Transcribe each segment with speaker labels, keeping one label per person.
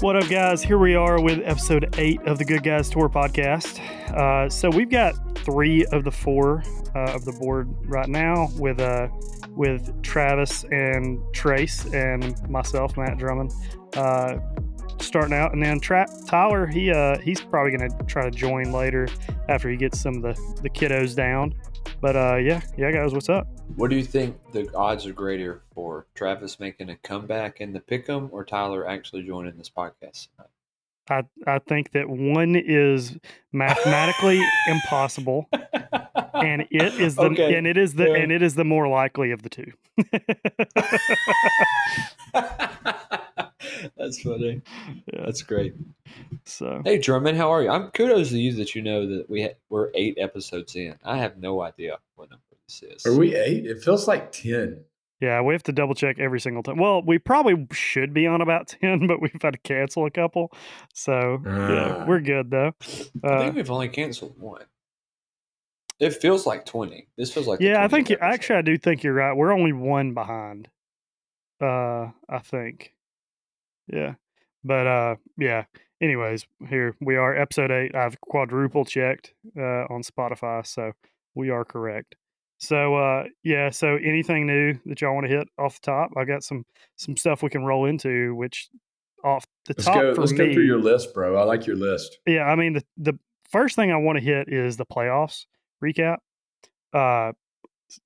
Speaker 1: What up, guys? Here we are with episode eight of the Good Guys Tour podcast. Uh, so we've got three of the four uh, of the board right now with uh, with Travis and Trace and myself, Matt Drummond, uh, starting out, and then Tra- Tyler. He uh, he's probably going to try to join later after he gets some of the the kiddos down. But uh, yeah, yeah, guys, what's up?
Speaker 2: What do you think the odds are greater for Travis making a comeback in the pick'em or Tyler actually joining this podcast? tonight?
Speaker 1: I, I think that one is mathematically impossible and it is the
Speaker 2: Okay,
Speaker 1: and it is the
Speaker 2: yeah.
Speaker 1: and it is the more likely of the two.
Speaker 2: That's funny. That's great.
Speaker 1: So
Speaker 2: Hey, Drummond, how are you? I'm kudos to you that you know that we ha- we're eight episodes in. I have no idea what number this is.
Speaker 3: Are we eight? It feels like ten.
Speaker 1: yeah, we have to double check every single time. Well, we probably should be on about ten, but we've had to cancel a couple. So yeah,
Speaker 3: Ah.
Speaker 1: we're good though.
Speaker 2: I
Speaker 1: Uh,
Speaker 2: think we've only canceled one. It feels like twenty. This feels like the
Speaker 1: yeah, I
Speaker 2: 20th
Speaker 1: think you,
Speaker 2: episode.
Speaker 1: actually I do think you're right. We're only one behind. Uh, I think. Yeah, but uh, yeah. Anyways, here we are, episode eight. I've quadruple checked uh, on Spotify, so we are correct. So uh, yeah, so anything new that y'all want to hit off the top? I got some some stuff we can roll into, which off the
Speaker 3: Let's
Speaker 1: top
Speaker 3: go.
Speaker 1: for
Speaker 3: Let's
Speaker 1: me.
Speaker 3: go through your list, bro. I like your list.
Speaker 1: Yeah, I mean the the first thing I want to hit is the playoffs recap. Uh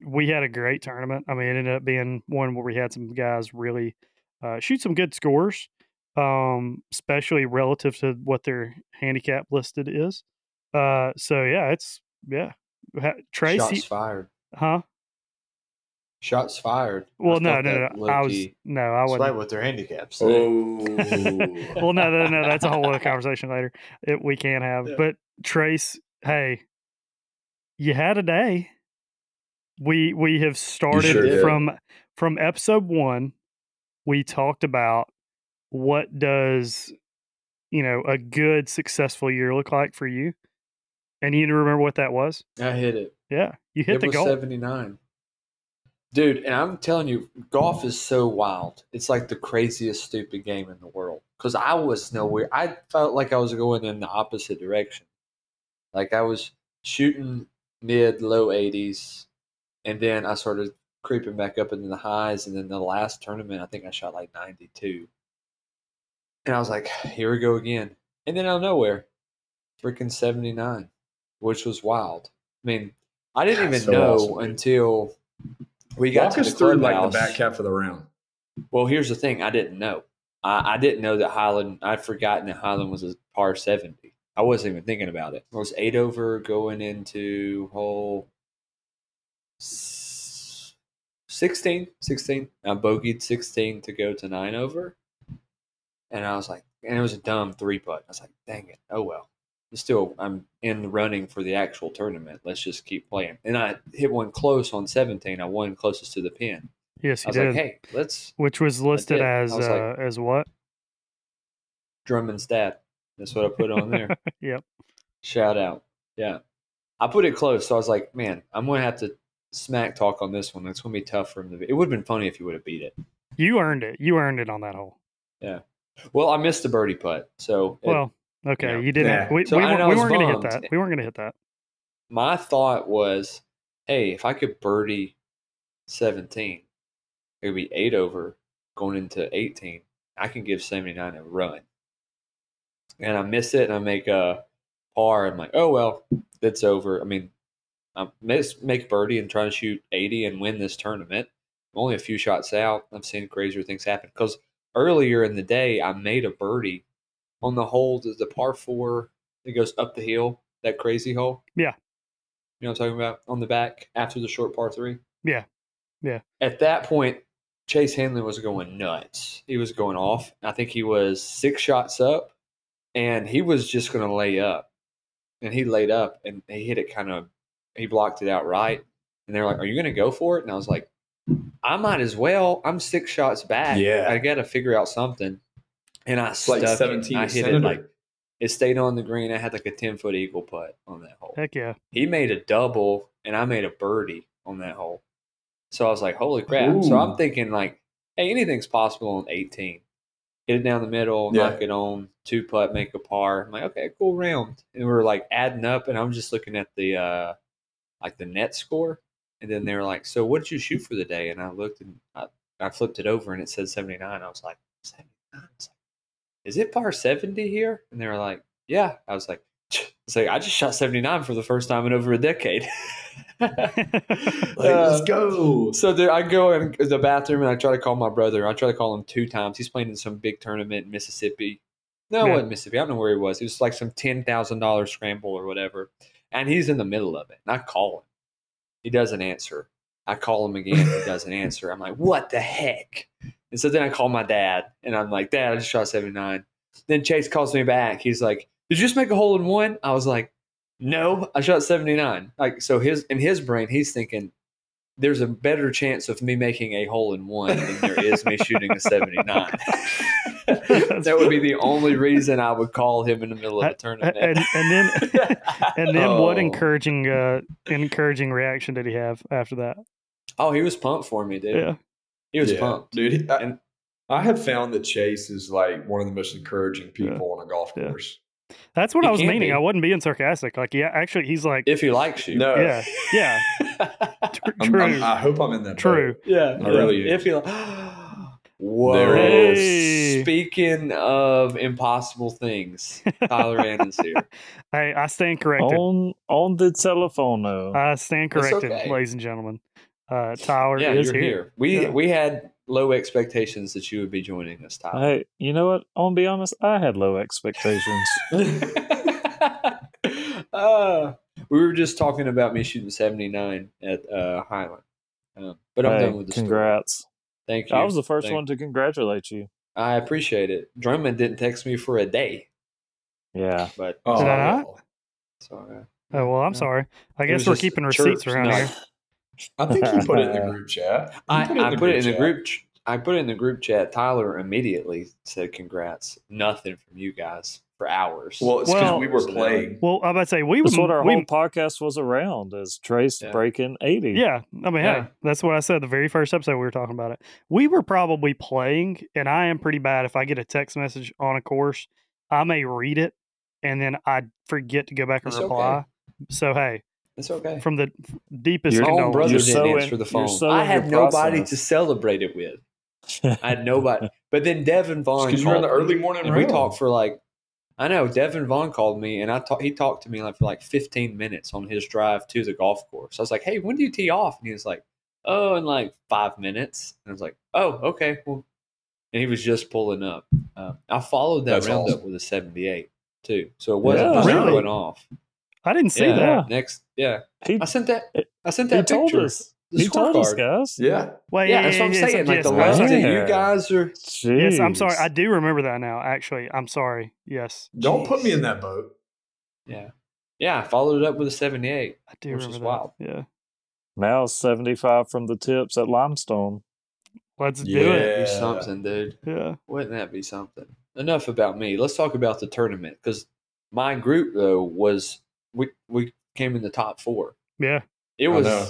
Speaker 1: we had a great tournament. I mean, it ended up being one where we had some guys really uh, shoot some good scores, um, especially relative to what their handicap listed is. Uh, so yeah, it's yeah. Ha- Tracy,
Speaker 2: shots fired.
Speaker 1: huh?
Speaker 2: Shots fired.
Speaker 1: Well,
Speaker 2: I
Speaker 1: no,
Speaker 2: thought
Speaker 1: no,
Speaker 2: that
Speaker 1: no. I was
Speaker 2: low-key-
Speaker 1: no, I
Speaker 4: That's
Speaker 1: wasn't.
Speaker 4: right with their handicaps.
Speaker 3: Oh,
Speaker 1: well, no, no, no. That's a whole other conversation later. It, we can have.
Speaker 2: Yeah.
Speaker 1: But Trace, hey, you had a day. We we have started
Speaker 3: sure did.
Speaker 1: from from episode one. We talked about what does you know a good successful year look like for you, and you remember what that was?
Speaker 2: I hit it.
Speaker 1: Yeah, you hit
Speaker 2: it
Speaker 1: the
Speaker 2: was
Speaker 1: goal.
Speaker 2: 79. Dude, and I'm telling you, golf is so wild. It's like the craziest, stupid game in the world. Because I was nowhere. I felt like I was going in the opposite direction. Like I was shooting mid, low 80s, and then I started creeping back up into the highs. And then the last tournament, I think I shot like 92. And I was like, here we go again. And then out of nowhere, freaking 79, which was wild. I mean, I didn't even
Speaker 3: That's so
Speaker 2: know
Speaker 3: awesome, dude.
Speaker 2: until we got
Speaker 3: Walk
Speaker 2: to
Speaker 3: us
Speaker 2: the
Speaker 3: through like the
Speaker 2: clubhouse.
Speaker 3: back half of the round.
Speaker 2: Well, here's the thing: I didn't know. I, I didn't know that Highland. I'd forgotten that Highland was a par seventy. I wasn't even thinking about it. I was eight over going into hole s- 16, 16. I bogeyed sixteen to go to nine over, and I was like, and it was a dumb three putt. I was like, dang it. Oh well. Still, I'm in the running for the actual tournament. Let's just keep playing. And I hit one close on 17. I won closest to the pin.
Speaker 1: yes,
Speaker 2: I
Speaker 1: you
Speaker 2: was
Speaker 1: did.
Speaker 2: like, hey, let's
Speaker 1: Which was listed
Speaker 2: did. I
Speaker 1: as
Speaker 2: was like-
Speaker 1: uh, as what?
Speaker 2: Drummond's dad. That's what I put on there.
Speaker 1: Yep.
Speaker 2: Shout out. Yeah. I put it close. So I was like, man, I'm going to have to smack talk on this one. It's going to be tough for him to be. It would have been funny if he would have beat it.
Speaker 1: You earned it. You earned it on that hole.
Speaker 2: Well, I missed the birdie putt. So it-
Speaker 1: Well, okay,
Speaker 2: know.
Speaker 1: you didn't.
Speaker 3: Yeah.
Speaker 1: We,
Speaker 2: So
Speaker 1: we,
Speaker 2: I-
Speaker 1: weren't-
Speaker 2: I
Speaker 1: we
Speaker 2: was
Speaker 1: weren't going to hit
Speaker 2: bummed.
Speaker 1: that. We weren't going to hit that.
Speaker 2: my thought was, hey, if I could birdie 17, it would be eight over going into 18. I can give 79 a run. And I miss it and I make a par. I'm like, oh, well, it's over. I mean, I miss, make birdie and try to shoot 80 and win this tournament. I'm only a few shots out. I've seen crazier things happen. Because earlier in the day, I made a birdie on the hole, the the par four that goes up the hill, that crazy hole. You know what I'm talking about? On the back after the short par three.
Speaker 1: Yeah. Yeah.
Speaker 2: At that point, Chase Hanley was going nuts. He was going off. I think he was six shots up and he was just going to lay up. And he laid up and he hit it kind of, he blocked it out right. And they're like, Are you going to go for it? And I was like, I might as well. I'm six shots back.
Speaker 3: Yeah.
Speaker 2: I got to figure out something. And I
Speaker 3: like
Speaker 2: stuck it.
Speaker 3: 17
Speaker 2: I hit it
Speaker 3: centimeter.
Speaker 2: like, it stayed on the green. I had like a 10 foot eagle putt on that hole
Speaker 1: Heck yeah.
Speaker 2: he made a double and I made a birdie on that hole. So I was like, holy crap. So I'm
Speaker 3: Ooh.
Speaker 2: thinking like, hey, anything's possible on 18. hit it down the middle,
Speaker 3: Yeah.
Speaker 2: knock it on, two putt, make a par. I'm like, okay, cool round. And we're like adding up, and I'm just looking at the uh, like the net score, and then they were like, so what did you shoot for the day? And I looked and I, I flipped it over, and it said 79. I was like, 79. I was like, Is it par 70 here? And they were like, yeah. I was like. It's like I just shot 79 for the first time in over a decade.
Speaker 3: Like,
Speaker 2: Uh,
Speaker 3: let's go.
Speaker 2: so there, I go in the bathroom and I try to call my brother. I try to call him two times. He's playing in some big tournament in Mississippi. No, it
Speaker 1: Yeah.
Speaker 2: wasn't Mississippi. I don't know where he was. It was like some ten thousand dollar scramble or whatever. And he's in the middle of it. And I call him. He doesn't answer. I call him again. He doesn't answer. I'm like, what the heck? And so then I call my dad and I'm like, Dad, I just shot 79. Then Chase calls me back. He's like, Did you just make a hole in one? I was like, No, I shot 79. Like, so his in his brain, he's thinking, There's a better chance of me making a hole in one than there is me shooting a 79. that would be the only reason I would call him in the middle of a
Speaker 1: and,
Speaker 2: tournament.
Speaker 1: and then and then what
Speaker 3: Oh.
Speaker 1: encouraging uh encouraging reaction did he have after that
Speaker 2: oh, he was pumped for me, dude.
Speaker 1: yeah
Speaker 2: He was
Speaker 3: Yeah,
Speaker 2: pumped.
Speaker 3: dude. he- I,
Speaker 2: And-
Speaker 3: I have found that Chase is like one of the most encouraging people
Speaker 1: Yeah.
Speaker 3: on a golf
Speaker 1: Yeah.
Speaker 3: course.
Speaker 1: that's what
Speaker 2: He
Speaker 1: i was
Speaker 2: can
Speaker 1: meaning
Speaker 2: be.
Speaker 1: i wasn't being sarcastic like yeah actually he's like
Speaker 2: If he likes you.
Speaker 3: No,
Speaker 1: yeah yeah tr-
Speaker 3: I'm-
Speaker 1: true
Speaker 3: I'm- i hope I'm in that. boat.
Speaker 1: true
Speaker 2: Yeah,
Speaker 3: I really
Speaker 2: If you whoa.
Speaker 3: There it
Speaker 1: is. Hey.
Speaker 2: Speaking of impossible things, Tyler Annan's here.
Speaker 1: hey i stand corrected
Speaker 4: on on the telephone now.
Speaker 1: i stand
Speaker 2: Oh. That's
Speaker 1: corrected
Speaker 2: okay.
Speaker 1: ladies and gentlemen uh tyler
Speaker 2: yeah,
Speaker 1: is
Speaker 2: you're here.
Speaker 1: here,
Speaker 2: We
Speaker 1: Yeah.
Speaker 2: we had low expectations that you would be joining us, Tyler.
Speaker 4: Hey, you know what? I'm gonna be honest. I had low expectations.
Speaker 2: uh, we were just talking about me shooting 79 at uh, Highland, um, but I'm
Speaker 4: Hey,
Speaker 2: done with the story.
Speaker 4: congrats!
Speaker 2: Thank you.
Speaker 4: I was the first
Speaker 2: Thank-
Speaker 4: one to congratulate you.
Speaker 2: I appreciate it. Drummond didn't text me for a day,
Speaker 4: Yeah,
Speaker 2: but uh,
Speaker 3: Oh,
Speaker 1: Did I
Speaker 2: sorry.
Speaker 1: oh well i'm
Speaker 2: Yeah.
Speaker 1: sorry i
Speaker 2: It
Speaker 1: guess
Speaker 2: was
Speaker 1: we're
Speaker 2: just
Speaker 1: keeping
Speaker 2: chirps,
Speaker 1: receipts around
Speaker 2: not-
Speaker 1: here
Speaker 3: I think you put it in the group chat. You
Speaker 2: I I put it in the
Speaker 3: chat.
Speaker 2: group. ch- I put it in the group chat. Tyler immediately said, "Congrats! Nothing from you guys for hours."
Speaker 3: Well, it's because
Speaker 1: Well-
Speaker 3: we were playing.
Speaker 1: well i'm about to say we
Speaker 4: that's
Speaker 1: would
Speaker 4: what our
Speaker 1: we,
Speaker 4: whole podcast was around: is Trace
Speaker 2: Yeah.
Speaker 4: breaking eighty.
Speaker 1: Yeah, I mean,
Speaker 2: Yeah.
Speaker 1: hey, that's what I said the very first episode we were talking about it. We were probably playing, and I am pretty bad if I get a text message on a course, I may read it and then I forget to go back and
Speaker 2: It's okay.
Speaker 1: reply. So hey,
Speaker 2: it's okay.
Speaker 1: from the f- deepest
Speaker 4: Your
Speaker 2: My own
Speaker 1: condolences,
Speaker 2: brother
Speaker 4: You're
Speaker 2: didn't
Speaker 4: so in-
Speaker 2: answer the phone.
Speaker 4: you're so
Speaker 2: I
Speaker 4: in your
Speaker 2: had nobody
Speaker 4: process.
Speaker 2: to celebrate it with. I had nobody. But then Devin Vaughn
Speaker 3: Because you were in the
Speaker 2: called me,
Speaker 3: early morning
Speaker 2: and we
Speaker 3: round.
Speaker 2: talked for like. I know Devin Vaughn called me, and I talk, he talked to me like for like 15 minutes on his drive to the golf course. I was like, "Hey, when do you tee off?" And he was like, "Oh, in like five minutes." And I was like, "Oh, okay, well." And he was just pulling up. Uh, I followed that
Speaker 3: That's
Speaker 2: round
Speaker 3: awesome.
Speaker 2: up with a 78 too, so it wasn't
Speaker 4: Yeah.
Speaker 2: just
Speaker 1: Really?
Speaker 2: going off.
Speaker 1: I didn't see
Speaker 2: yeah,
Speaker 1: that.
Speaker 2: next, yeah,
Speaker 4: he,
Speaker 2: I sent that. I sent
Speaker 4: he
Speaker 2: that
Speaker 4: told
Speaker 2: picture.
Speaker 4: us.
Speaker 2: the
Speaker 4: He told us,
Speaker 2: scorecard.
Speaker 4: guys.
Speaker 3: Yeah.
Speaker 1: Well,
Speaker 2: Yeah, that's what I'm
Speaker 1: yes,
Speaker 2: saying. Like
Speaker 1: yes,
Speaker 2: the
Speaker 1: I'm
Speaker 2: left,
Speaker 1: sorry.
Speaker 4: sorry.
Speaker 2: you guys are
Speaker 1: Yes, I'm sorry.
Speaker 4: Jeez.
Speaker 1: I do remember that now. Actually, I'm sorry. Yes,
Speaker 3: Don't put me
Speaker 2: Jeez.
Speaker 3: in that boat.
Speaker 2: Yeah. Yeah, I followed it up with a 78.
Speaker 1: I do
Speaker 2: Which is
Speaker 1: remember that.
Speaker 2: wild.
Speaker 1: Yeah,
Speaker 4: now seventy-five from the tips at Limestone.
Speaker 1: let's do it.
Speaker 2: Be something, dude.
Speaker 1: Yeah,
Speaker 2: Wouldn't that be something? Enough about me. Let's talk about the tournament because my group, though, was we, we came in the top four.
Speaker 1: yeah.
Speaker 2: It
Speaker 3: I
Speaker 2: was
Speaker 3: know.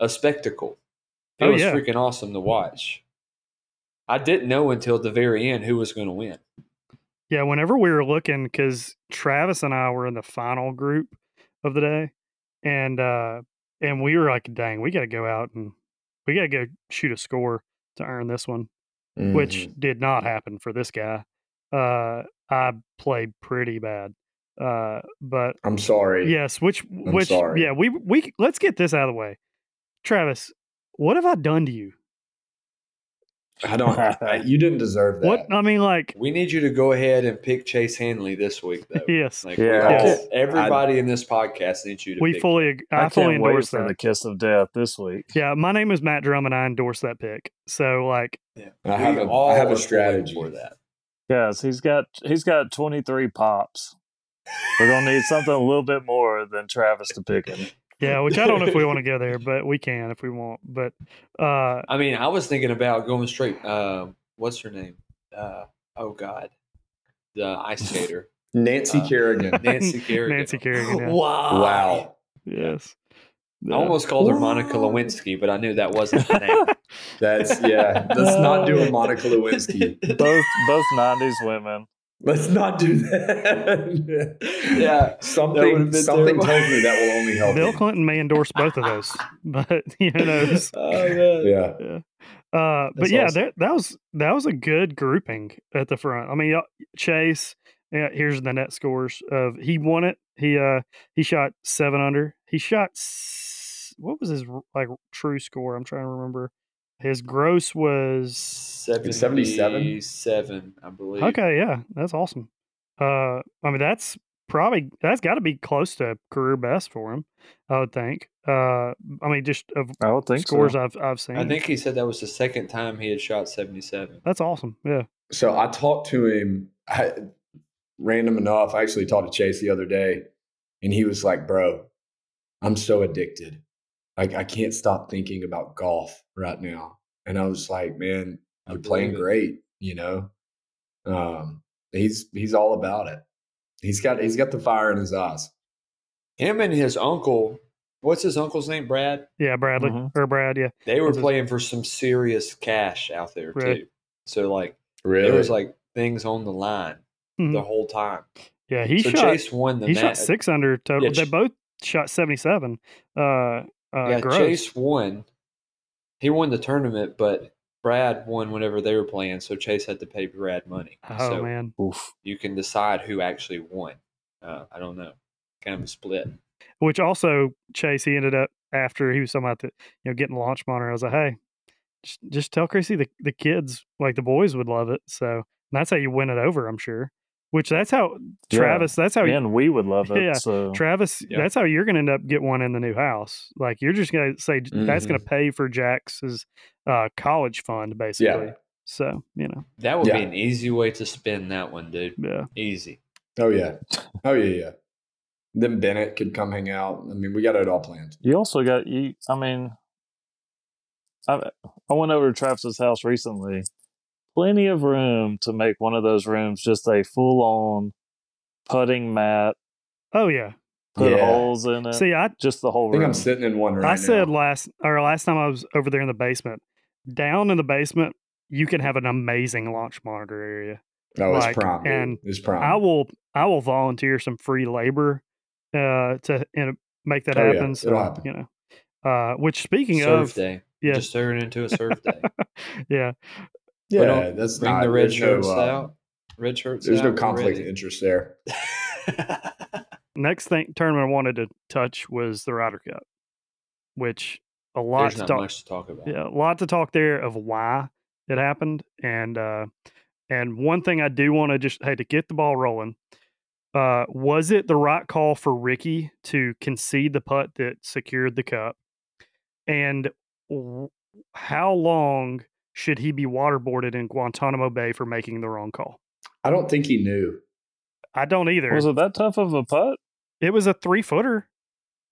Speaker 2: a spectacle. It
Speaker 1: Oh,
Speaker 2: was
Speaker 1: yeah.
Speaker 2: freaking awesome to watch. I didn't know until the very end who was going to win.
Speaker 1: Yeah, whenever we were looking, because Travis and I were in the final group of the day, and uh and we were like, "Dang, we got to go out and we got to go shoot a score to earn this one," which did not happen for this guy. Uh, I played pretty bad, uh, but
Speaker 3: I'm sorry.
Speaker 1: yes, which which
Speaker 3: sorry.
Speaker 1: yeah, we we c- let's get this out of the way. Travis, what have I done to you?
Speaker 3: I don't. I- you didn't deserve that.
Speaker 1: What I mean, like,
Speaker 2: We need you to go ahead and pick Chase Hanley this week, though.
Speaker 1: yes,
Speaker 2: Like,
Speaker 4: Yeah.
Speaker 2: we-
Speaker 3: Yes.
Speaker 2: Everybody in this podcast needs you to
Speaker 1: we
Speaker 2: pick
Speaker 1: fully ag- I,
Speaker 4: I
Speaker 1: fully
Speaker 4: can't wait
Speaker 1: endorse
Speaker 4: for
Speaker 1: that.
Speaker 4: the kiss of death this week.
Speaker 1: Yeah, my name is Matt Drum, and I endorse that pick. So, like,
Speaker 3: I
Speaker 2: We
Speaker 3: have a,
Speaker 2: all
Speaker 3: I have
Speaker 2: are
Speaker 3: a strategy
Speaker 2: for that.
Speaker 4: Yes, he's got he's got twenty three pops. We're gonna need something a little bit more than Travis to pick him.
Speaker 1: yeah, which I don't know if we want to go there, but we can if we want. But uh,
Speaker 2: I mean, I was thinking about going straight. Um, what's her name? Uh, oh God, the ice skater,
Speaker 3: Nancy
Speaker 2: Uh,
Speaker 3: Kerrigan.
Speaker 2: Nancy Kerrigan.
Speaker 1: Nancy Kerrigan, yeah.
Speaker 2: Wow.
Speaker 3: wow.
Speaker 1: yes, Uh,
Speaker 4: Yeah.
Speaker 2: I almost called her Monica Lewinsky, but I knew that wasn't the name.
Speaker 3: That's yeah. Let's not do a Monica Lewinsky.
Speaker 4: both both nineties women.
Speaker 3: Let's not do that.
Speaker 2: Yeah, that
Speaker 3: something
Speaker 2: would've been
Speaker 3: something
Speaker 2: terrible.
Speaker 3: tells me that will only help.
Speaker 1: Bill
Speaker 3: me.
Speaker 1: Clinton may endorse both of those, but who knows?
Speaker 2: Oh, man.
Speaker 3: Yeah.
Speaker 1: Uh, but
Speaker 2: That's
Speaker 1: yeah,
Speaker 2: awesome.
Speaker 1: that, that was that was a good grouping at the front. I mean, y'all- Chase. Yeah, here's the net scores of he won it. He uh he shot seven under. He shot s- what was his r- like true score? I'm trying to remember. His gross was
Speaker 3: 77?
Speaker 2: 77, I believe.
Speaker 1: okay. Yeah, that's awesome. Uh, I mean that's probably that's got to be close to career best for him. I would think. Uh, I mean just of
Speaker 4: I don't think
Speaker 1: scores
Speaker 4: so.
Speaker 1: I've I've seen.
Speaker 2: I think he said that was the second time he had shot 77.
Speaker 1: that's awesome. Yeah.
Speaker 3: So I talked to him. I, random enough, I actually talked to Chase the other day, and he was like, "Bro, I'm so addicted. Like I can't stop thinking about golf right now." And I was like, "Man,
Speaker 2: I
Speaker 3: you're playing
Speaker 2: believe it.
Speaker 3: great. You know, um, he's he's all about it. He's got he's got the fire in his eyes.
Speaker 2: Him and his uncle, what's his uncle's name, Brad?
Speaker 1: Yeah, Bradley
Speaker 4: Mhm.
Speaker 2: Mm-hmm.
Speaker 1: or Brad. Yeah.
Speaker 2: They were
Speaker 1: That's his-
Speaker 2: playing for some serious cash out there,
Speaker 1: Really?
Speaker 2: too. So, like,
Speaker 3: Really?
Speaker 2: there was like things on the line the
Speaker 1: Mhm.
Speaker 2: whole time.
Speaker 1: Yeah. He
Speaker 2: so
Speaker 1: shot.
Speaker 2: Chase won the
Speaker 1: he
Speaker 2: match.
Speaker 1: shot six under total.
Speaker 2: Yeah,
Speaker 1: they
Speaker 2: sh-
Speaker 1: both shot seventy seven. Uh, uh,
Speaker 2: yeah,
Speaker 1: gross.
Speaker 2: Chase won. He won the tournament, but Brad won whenever they were playing, so Chase had to pay Brad money.
Speaker 1: oh
Speaker 2: so
Speaker 1: man.
Speaker 4: Oof.
Speaker 2: you can decide who actually won. Uh, I don't know. Kind of a split.
Speaker 1: Which also Chase he ended up after he was talking about the you know getting the launch monitor. I was like, hey, just, just tell Chrissy the the kids like the boys would love it. So and that's how you win it over. I'm sure. Which that's how
Speaker 4: Yeah.
Speaker 1: Travis. That's how
Speaker 4: and we would love it.
Speaker 1: Yeah.
Speaker 4: So
Speaker 1: Travis,
Speaker 2: Yeah.
Speaker 1: that's how you're going to end up get one in the new house. Like you're just going to say "J- that's going to
Speaker 2: Mm-hmm.
Speaker 1: pay for Jax's uh, college fund, basically.
Speaker 3: yeah.
Speaker 1: So you know,
Speaker 2: That would be
Speaker 3: Yeah.
Speaker 2: an easy way to spin that one, dude.
Speaker 1: yeah,
Speaker 2: Easy.
Speaker 3: Oh yeah. Oh yeah. Yeah. Then Bennett could come hang out. I mean, we got it all planned.
Speaker 4: you also got you. I mean, I I went over to Travis's house recently. Plenty of room to make one of those rooms just a full on putting mat.
Speaker 1: oh yeah.
Speaker 4: Put
Speaker 3: Yeah.
Speaker 4: holes in it.
Speaker 1: See, I
Speaker 4: just the whole
Speaker 3: I think
Speaker 4: room.
Speaker 3: I'm sitting in one Uh, right
Speaker 1: I said
Speaker 3: now.
Speaker 1: last or last time I was over there in the basement, down in the basement, you can have an amazing launch monitor area.
Speaker 3: no, it's
Speaker 1: like,
Speaker 3: prime.
Speaker 1: and
Speaker 3: it's prime.
Speaker 1: I will I will volunteer some free labor uh, to and make that
Speaker 3: Oh, yeah.
Speaker 1: happen. So
Speaker 3: It'll happen.
Speaker 1: you know. Uh, which speaking
Speaker 2: surf
Speaker 1: of,
Speaker 2: day.
Speaker 1: yeah.
Speaker 2: Just turn it into a surf day.
Speaker 1: yeah,
Speaker 2: We don't
Speaker 3: Yeah, that's
Speaker 2: Bring
Speaker 3: not,
Speaker 2: the red
Speaker 3: there's no,
Speaker 2: shirts
Speaker 3: uh,
Speaker 2: out. Red shirts
Speaker 3: There's
Speaker 2: out.
Speaker 3: no
Speaker 2: we're
Speaker 3: conflict of
Speaker 2: ready.
Speaker 3: interest there.
Speaker 1: next thing tournament I wanted to touch was the Ryder Cup, which a lot
Speaker 2: There's
Speaker 1: to
Speaker 2: not
Speaker 1: talk.
Speaker 2: much to talk about.
Speaker 1: Yeah, a lot to talk there of why it happened, and uh, and one thing I do want to just hey to get the ball rolling. Uh, was it the right call for Ricky to concede the putt that secured the cup? And w- how long should he be waterboarded in Guantanamo Bay for making the wrong call?
Speaker 3: I don't think he knew.
Speaker 1: I don't either.
Speaker 4: Was it that tough of a putt?
Speaker 1: It was a three footer.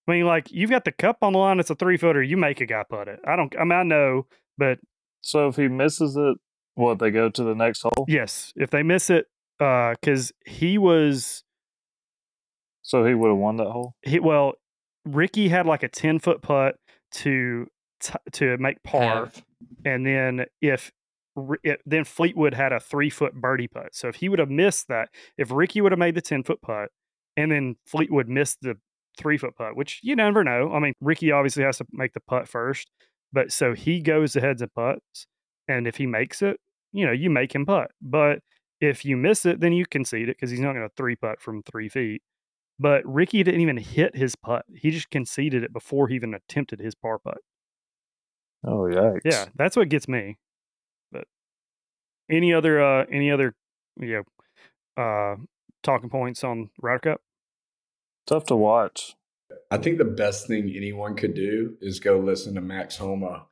Speaker 1: I mean, like you've got the cup on the line. It's a three footer. You make a guy putt it. I don't. I mean, I know, but
Speaker 4: So if he misses it, what they go to the next hole?
Speaker 1: yes, if they miss it, because he was
Speaker 4: So he would have won that hole.
Speaker 1: he. Well, Ricky had like a ten foot putt to t- to make par,
Speaker 2: Half.
Speaker 1: and then if. Ri- It, then Fleetwood had a three foot birdie putt. So if he would have missed that, if Ricky would have made the 10 foot putt and then Fleetwood missed the three foot putt, which you never know. I mean, Ricky obviously has to make the putt first, but so he goes ahead and putts. And if he makes it, you know, you make him putt. But if you miss it, then you concede it because he's not going to three putt from three feet. But Ricky didn't even hit his putt. He just conceded it before he even attempted his par putt.
Speaker 4: Oh yikes!
Speaker 1: Yeah, that's what gets me. But any other uh any other you know uh talking points on Ryder Cup?
Speaker 4: tough to watch.
Speaker 3: I think the best thing anyone could do is go listen to Max Homa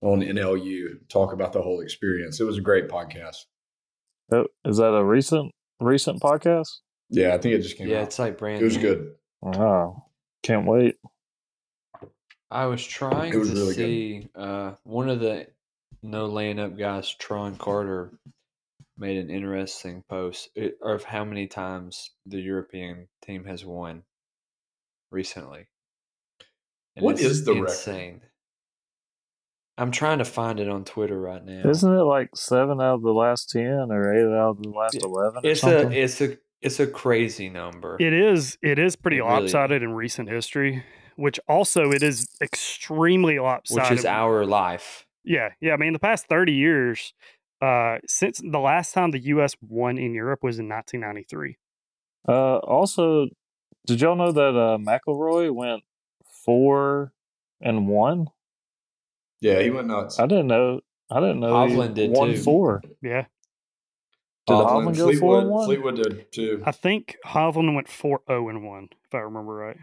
Speaker 3: on NLU talk about the whole experience. It was a great podcast.
Speaker 4: Uh, Is that a recent recent podcast?
Speaker 3: Yeah, I think it just came
Speaker 2: Yeah,
Speaker 3: out.
Speaker 2: it's like brand
Speaker 3: it was
Speaker 2: new.
Speaker 3: good.
Speaker 4: Oh, can't wait.
Speaker 2: I was trying
Speaker 3: was
Speaker 2: to
Speaker 3: really good.
Speaker 2: see uh, one of the no laying up guys, Tron Carter, made an interesting post it- of how many times the European team has won recently.
Speaker 3: What
Speaker 2: it's
Speaker 3: is the record?
Speaker 2: insane. I'm trying to find it on Twitter right now.
Speaker 4: Isn't it like seven out of the last ten or eight out of the last
Speaker 2: It-
Speaker 4: eleven? Or
Speaker 2: it's a
Speaker 4: something?
Speaker 2: it's a it's a crazy number.
Speaker 1: It is it is pretty
Speaker 2: It really-
Speaker 1: lopsided in recent history, which also it is extremely
Speaker 2: which
Speaker 1: lopsided.
Speaker 2: is our life.
Speaker 1: yeah, yeah. I mean, the past thirty years, uh, since the last time the U.S. won in Europe was in 1993.
Speaker 4: Uh, also, did y'all know that uh, McElroy went four and one?
Speaker 3: Yeah, he went nuts.
Speaker 4: I didn't know. I didn't know. he
Speaker 2: Hovland did
Speaker 4: won
Speaker 2: too.
Speaker 4: four.
Speaker 1: Yeah,
Speaker 4: Did
Speaker 3: Hovland,
Speaker 4: Hovland go four
Speaker 3: Fleetwood,
Speaker 4: and one?
Speaker 3: Fleetwood did too.
Speaker 1: I think Hovland went four zero and one, if I remember right,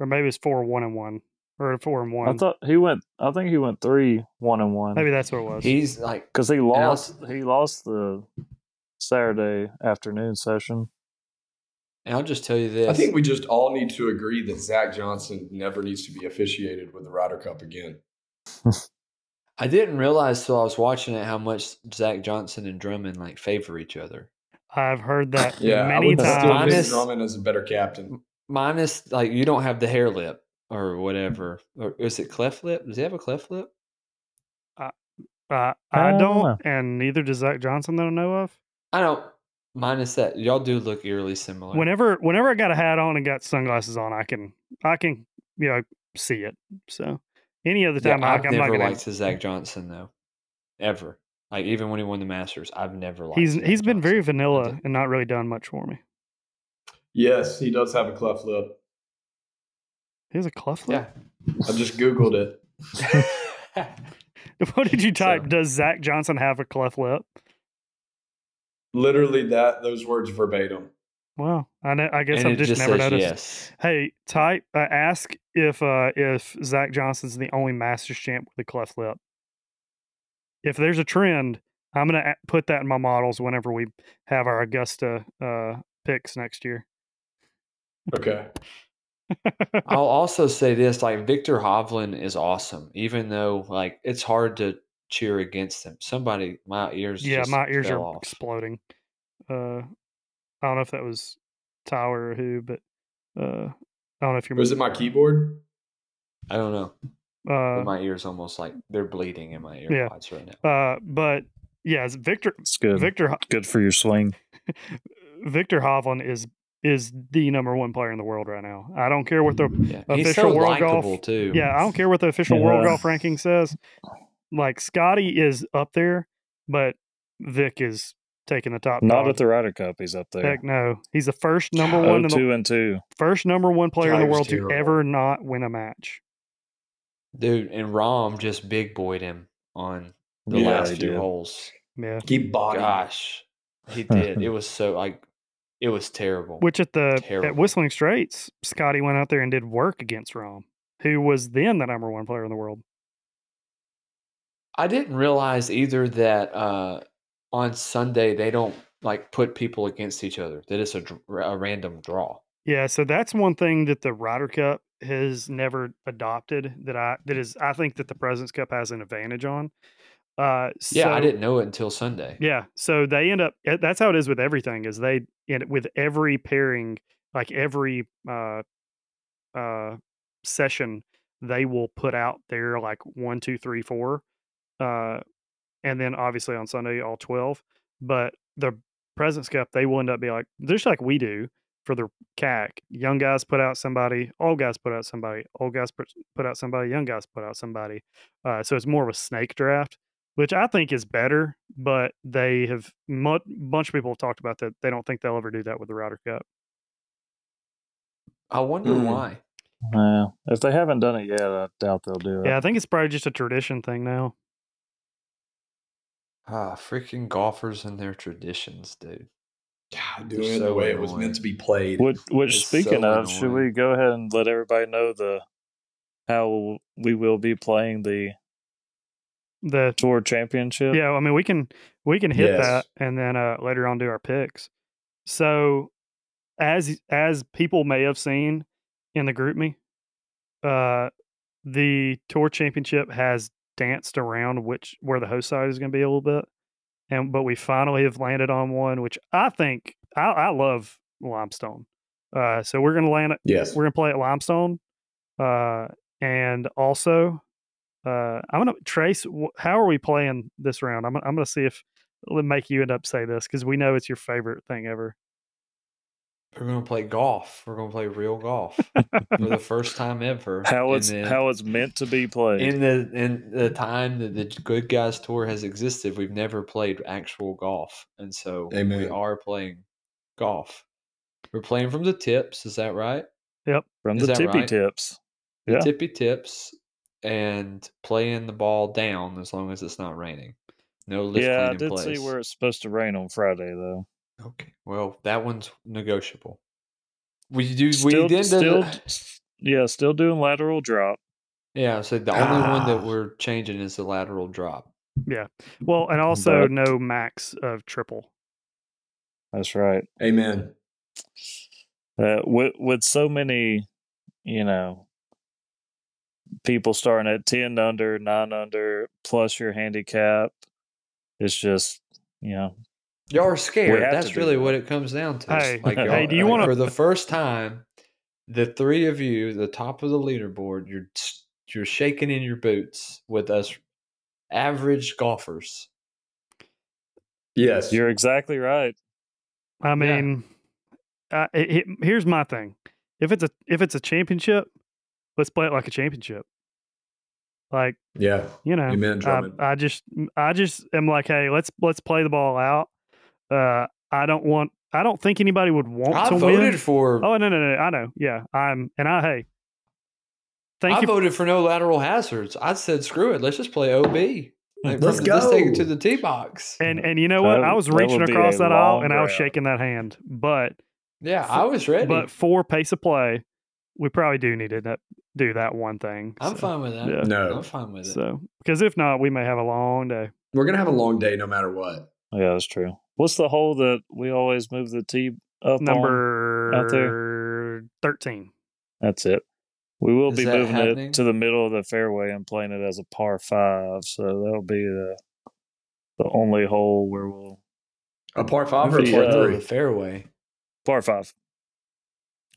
Speaker 1: or maybe it was four one and one or four and
Speaker 4: I
Speaker 1: one.
Speaker 4: thought he went. I think he went three one and one
Speaker 1: Maybe that's what it was.
Speaker 2: He's like
Speaker 4: because he
Speaker 2: I
Speaker 4: lost.
Speaker 2: was-
Speaker 4: He lost the Saturday afternoon session.
Speaker 2: and I'll just tell you this.
Speaker 3: I think we just all need to agree that Zach Johnson never needs to be officiated with the Ryder Cup again.
Speaker 2: I didn't realize till I was watching it how much Zach Johnson and Drummond like favor each other.
Speaker 1: I've heard that
Speaker 3: Yeah, I
Speaker 1: many
Speaker 3: would
Speaker 1: times.
Speaker 3: still pick
Speaker 2: Minus-
Speaker 3: Drummond as a better captain.
Speaker 2: Minus like you don't have the hair lip or whatever. Or is it cleft lip? Does he have a cleft lip?
Speaker 1: Uh,
Speaker 4: I
Speaker 1: I
Speaker 4: don't
Speaker 1: don't,
Speaker 4: know.
Speaker 1: and neither does Zach Johnson that I know of.
Speaker 2: I don't. Minus that, y'all do look eerily similar.
Speaker 1: Whenever, whenever I got a hat on and got sunglasses on, I can, I can, you know, see it. So any other
Speaker 2: Yeah,
Speaker 1: time, I,
Speaker 2: I've
Speaker 1: I'm not
Speaker 2: never
Speaker 1: gonna.
Speaker 2: liked Zach Johnson though, ever. Like even when he won the Masters, I've never liked.
Speaker 1: he's
Speaker 2: Zach
Speaker 1: he's been very
Speaker 2: Johnson. I
Speaker 1: vanilla
Speaker 2: did-
Speaker 1: and not really done much for me.
Speaker 3: Yes, he does have a cleft lip.
Speaker 1: He has a cleft
Speaker 2: Yeah.
Speaker 1: lip.
Speaker 3: I just Googled it.
Speaker 1: What did you type?
Speaker 2: So-
Speaker 1: Does Zach Johnson have a cleft lip?
Speaker 3: Literally that, those words verbatim.
Speaker 1: Well, I know, I guess
Speaker 2: and
Speaker 1: I've
Speaker 2: it
Speaker 1: just, never
Speaker 2: says
Speaker 1: noticed.
Speaker 2: Yes.
Speaker 1: Hey, type uh, ask if uh if Zach Johnson's the only Masters champ with a cleft lip. If there's a trend, I'm gonna a- put that in my models whenever we have our Augusta uh picks next year.
Speaker 3: Okay.
Speaker 2: I'll also say this: like Victor Hovland is awesome, even though like it's hard to cheer against him. Somebody, my ears.
Speaker 1: yeah,
Speaker 2: just
Speaker 1: my ears
Speaker 2: fell
Speaker 1: are
Speaker 2: off.
Speaker 1: exploding. Uh, I don't know if that was Tower or who, but uh, I don't know if you're.
Speaker 3: Was it my keyboard?
Speaker 2: I don't know. but
Speaker 1: Uh,
Speaker 2: my ears almost like they're bleeding in my ear
Speaker 1: Yeah.
Speaker 2: pods right now.
Speaker 1: uh, but yeah, it's Victor
Speaker 4: It's good.
Speaker 1: Victor Ho-
Speaker 4: Good for your swing.
Speaker 1: Victor Hovland is is the number one player in the world right now. I don't care what the
Speaker 2: Yeah. He's so
Speaker 1: Official world golf-
Speaker 2: likable too.
Speaker 1: Yeah, I don't care what the official world
Speaker 4: Yeah.
Speaker 1: golf ranking says. Like Scotty is up there, but Vic is taking the top.
Speaker 4: Not
Speaker 1: dog.
Speaker 4: at the Ryder Cup. He's up there.
Speaker 1: heck no. He's the first number
Speaker 4: Oh,
Speaker 1: one in the
Speaker 4: two and two.
Speaker 1: first number one player in the
Speaker 3: Tiger's
Speaker 1: world
Speaker 3: terrible.
Speaker 1: to ever not win a match.
Speaker 2: dude. And Rom just big boyed him on the
Speaker 3: Yeah,
Speaker 2: last
Speaker 4: he
Speaker 2: few
Speaker 4: did.
Speaker 2: holes.
Speaker 1: Yeah,
Speaker 3: He bodied.
Speaker 2: Gosh, he did. it was so like, it was terrible.
Speaker 1: which at the at
Speaker 2: Terrible.
Speaker 1: Whistling Straits, Scotty went out there and did work against Rom, who was then the number one player in the world.
Speaker 2: I didn't realize either that uh, on Sunday they don't like put people against each other. That it's a, dr- a random draw.
Speaker 1: Yeah, so that's one thing that the Ryder Cup has never adopted that I that is I think that the Presidents Cup has an advantage on. Uh,
Speaker 2: Yeah, I
Speaker 1: so-
Speaker 2: didn't know it until Sunday.
Speaker 1: Yeah. So they end up. eh, That's how it is with everything. Is they end up with every pairing, like every uh, uh, session, they will put out their like one, two, three, four, uh, and then obviously on Sunday all twelve. But the Presidents Cup, they will end up be like just like we do for the CAC. Young guys put out somebody, old guys put out somebody, old guys put put out somebody, young guys put out somebody. Uh, so it's more of a snake draft which I think is better, but they have a bunch of people have talked about that. They don't think they'll ever do that with the Ryder Cup.
Speaker 2: I wonder
Speaker 3: Mm.
Speaker 2: why.
Speaker 4: Yeah. if they haven't done it yet, I doubt they'll do it.
Speaker 1: Yeah, I think it's probably just a tradition thing now.
Speaker 2: Ah, freaking golfers and their traditions, dude.
Speaker 3: God, doing
Speaker 2: They're
Speaker 3: it the
Speaker 2: so
Speaker 3: way it was
Speaker 2: annoying.
Speaker 3: meant to be played.
Speaker 4: Which, which
Speaker 2: It's so
Speaker 4: speaking of, should
Speaker 2: annoying.
Speaker 4: we go ahead and let everybody know the how we will be playing the
Speaker 1: The
Speaker 4: tour championship?
Speaker 1: yeah, I mean we can we can hit
Speaker 3: Yes.
Speaker 1: that and then uh, later on do our picks. So as as people may have seen in the group me, uh, the tour championship has danced around which where the host side is going to be a little bit, and but we finally have landed on one which I think I, I love limestone. Uh, so we're going to land
Speaker 3: Yes.
Speaker 1: we're gonna play at Limestone. Uh, And also, uh, I'm gonna Trace. wh- How are we playing this round? I'm gonna- I'm gonna see if it'll make you end up say this because we know it's your favorite thing ever.
Speaker 2: We're gonna play golf. We're gonna play real golf for the first time ever.
Speaker 4: How
Speaker 2: And
Speaker 4: it's
Speaker 2: then
Speaker 4: how it's meant to be played.
Speaker 2: in the in the time that the Good Guys Tour has existed, we've never played actual golf, and so we
Speaker 3: Amen.
Speaker 2: are playing golf. We're playing from the tips. Is that right?
Speaker 4: from
Speaker 2: Is
Speaker 4: the
Speaker 2: that
Speaker 4: tippy
Speaker 2: right?
Speaker 4: tips.
Speaker 2: the
Speaker 4: Yeah.
Speaker 2: tippy tips and playing the ball down as long as it's not raining. No lift
Speaker 4: yeah,
Speaker 2: yeah,
Speaker 4: I did see where it's supposed to rain on Friday though.
Speaker 2: Okay. Well, that one's negotiable. We do.
Speaker 4: Still,
Speaker 2: we did.
Speaker 4: still,
Speaker 2: the,
Speaker 4: yeah, still doing lateral drop.
Speaker 2: yeah. So the only one
Speaker 3: Ah.
Speaker 2: that we're changing is the lateral drop.
Speaker 1: Well, and also
Speaker 4: But-
Speaker 1: no max of triple.
Speaker 4: That's right.
Speaker 3: Amen.
Speaker 4: Uh, with with so many, you know, people starting at ten under, nine under, plus your handicap, it's just you know,
Speaker 2: Y'all are scared.
Speaker 4: have to
Speaker 2: That's
Speaker 4: do
Speaker 2: really
Speaker 4: that.
Speaker 2: what it comes down to.
Speaker 1: Hey,
Speaker 2: It's like
Speaker 4: hey,
Speaker 2: y'all-
Speaker 4: do you
Speaker 2: like,
Speaker 1: wanna-
Speaker 2: for the first time, the three of you, the top of the leaderboard, you're s- you're shaking in your boots with us average golfers.
Speaker 3: Yes.
Speaker 4: you're exactly right.
Speaker 1: I
Speaker 2: Yeah.
Speaker 1: mean, I, it, it- here's my thing: if it's a if it's a championship, let's play it like a championship. Like
Speaker 3: yeah.
Speaker 1: you know,
Speaker 3: Amen,
Speaker 1: I,
Speaker 3: Drummond.
Speaker 1: I just I just am like, hey, let's let's play the ball out. Uh, I don't want. I don't think anybody would want
Speaker 2: I
Speaker 1: to
Speaker 2: voted
Speaker 1: win.
Speaker 2: for
Speaker 1: Oh no no no! I know. Yeah, I'm and I hey. Thank
Speaker 2: I
Speaker 1: you.
Speaker 2: voted for no lateral hazards. I said, screw it. Let's just play OB. Like,
Speaker 3: Let's
Speaker 2: from- Let's take it to
Speaker 3: go.
Speaker 2: the tee box.
Speaker 1: and and you know what?
Speaker 4: That-
Speaker 1: I was
Speaker 4: that
Speaker 1: reaching
Speaker 4: would be a
Speaker 1: across that aisle
Speaker 4: long
Speaker 1: and I was
Speaker 4: round.
Speaker 1: shaking that hand, but
Speaker 2: Yeah, I was ready.
Speaker 1: but for pace of play, we probably do need to not- do that one thing.
Speaker 2: I'm
Speaker 1: so.
Speaker 2: fine with that.
Speaker 1: yeah.
Speaker 3: No.
Speaker 2: I'm fine with it.
Speaker 1: So, because if not, we may have a long day.
Speaker 3: We're going to have a long day no matter what.
Speaker 4: Yeah, that's true. What's the hole that we always move the tee up on?
Speaker 1: Number 13.
Speaker 4: That's it. We will
Speaker 2: Is
Speaker 4: be
Speaker 2: that
Speaker 4: moving
Speaker 2: happening?
Speaker 4: it to the middle of the fairway and playing it as a par five. So that'll be the the only hole where we'll
Speaker 3: A par five or a
Speaker 4: Maybe,
Speaker 3: par
Speaker 4: uh,
Speaker 2: Middle of
Speaker 3: three?
Speaker 2: the fairway.
Speaker 4: par five.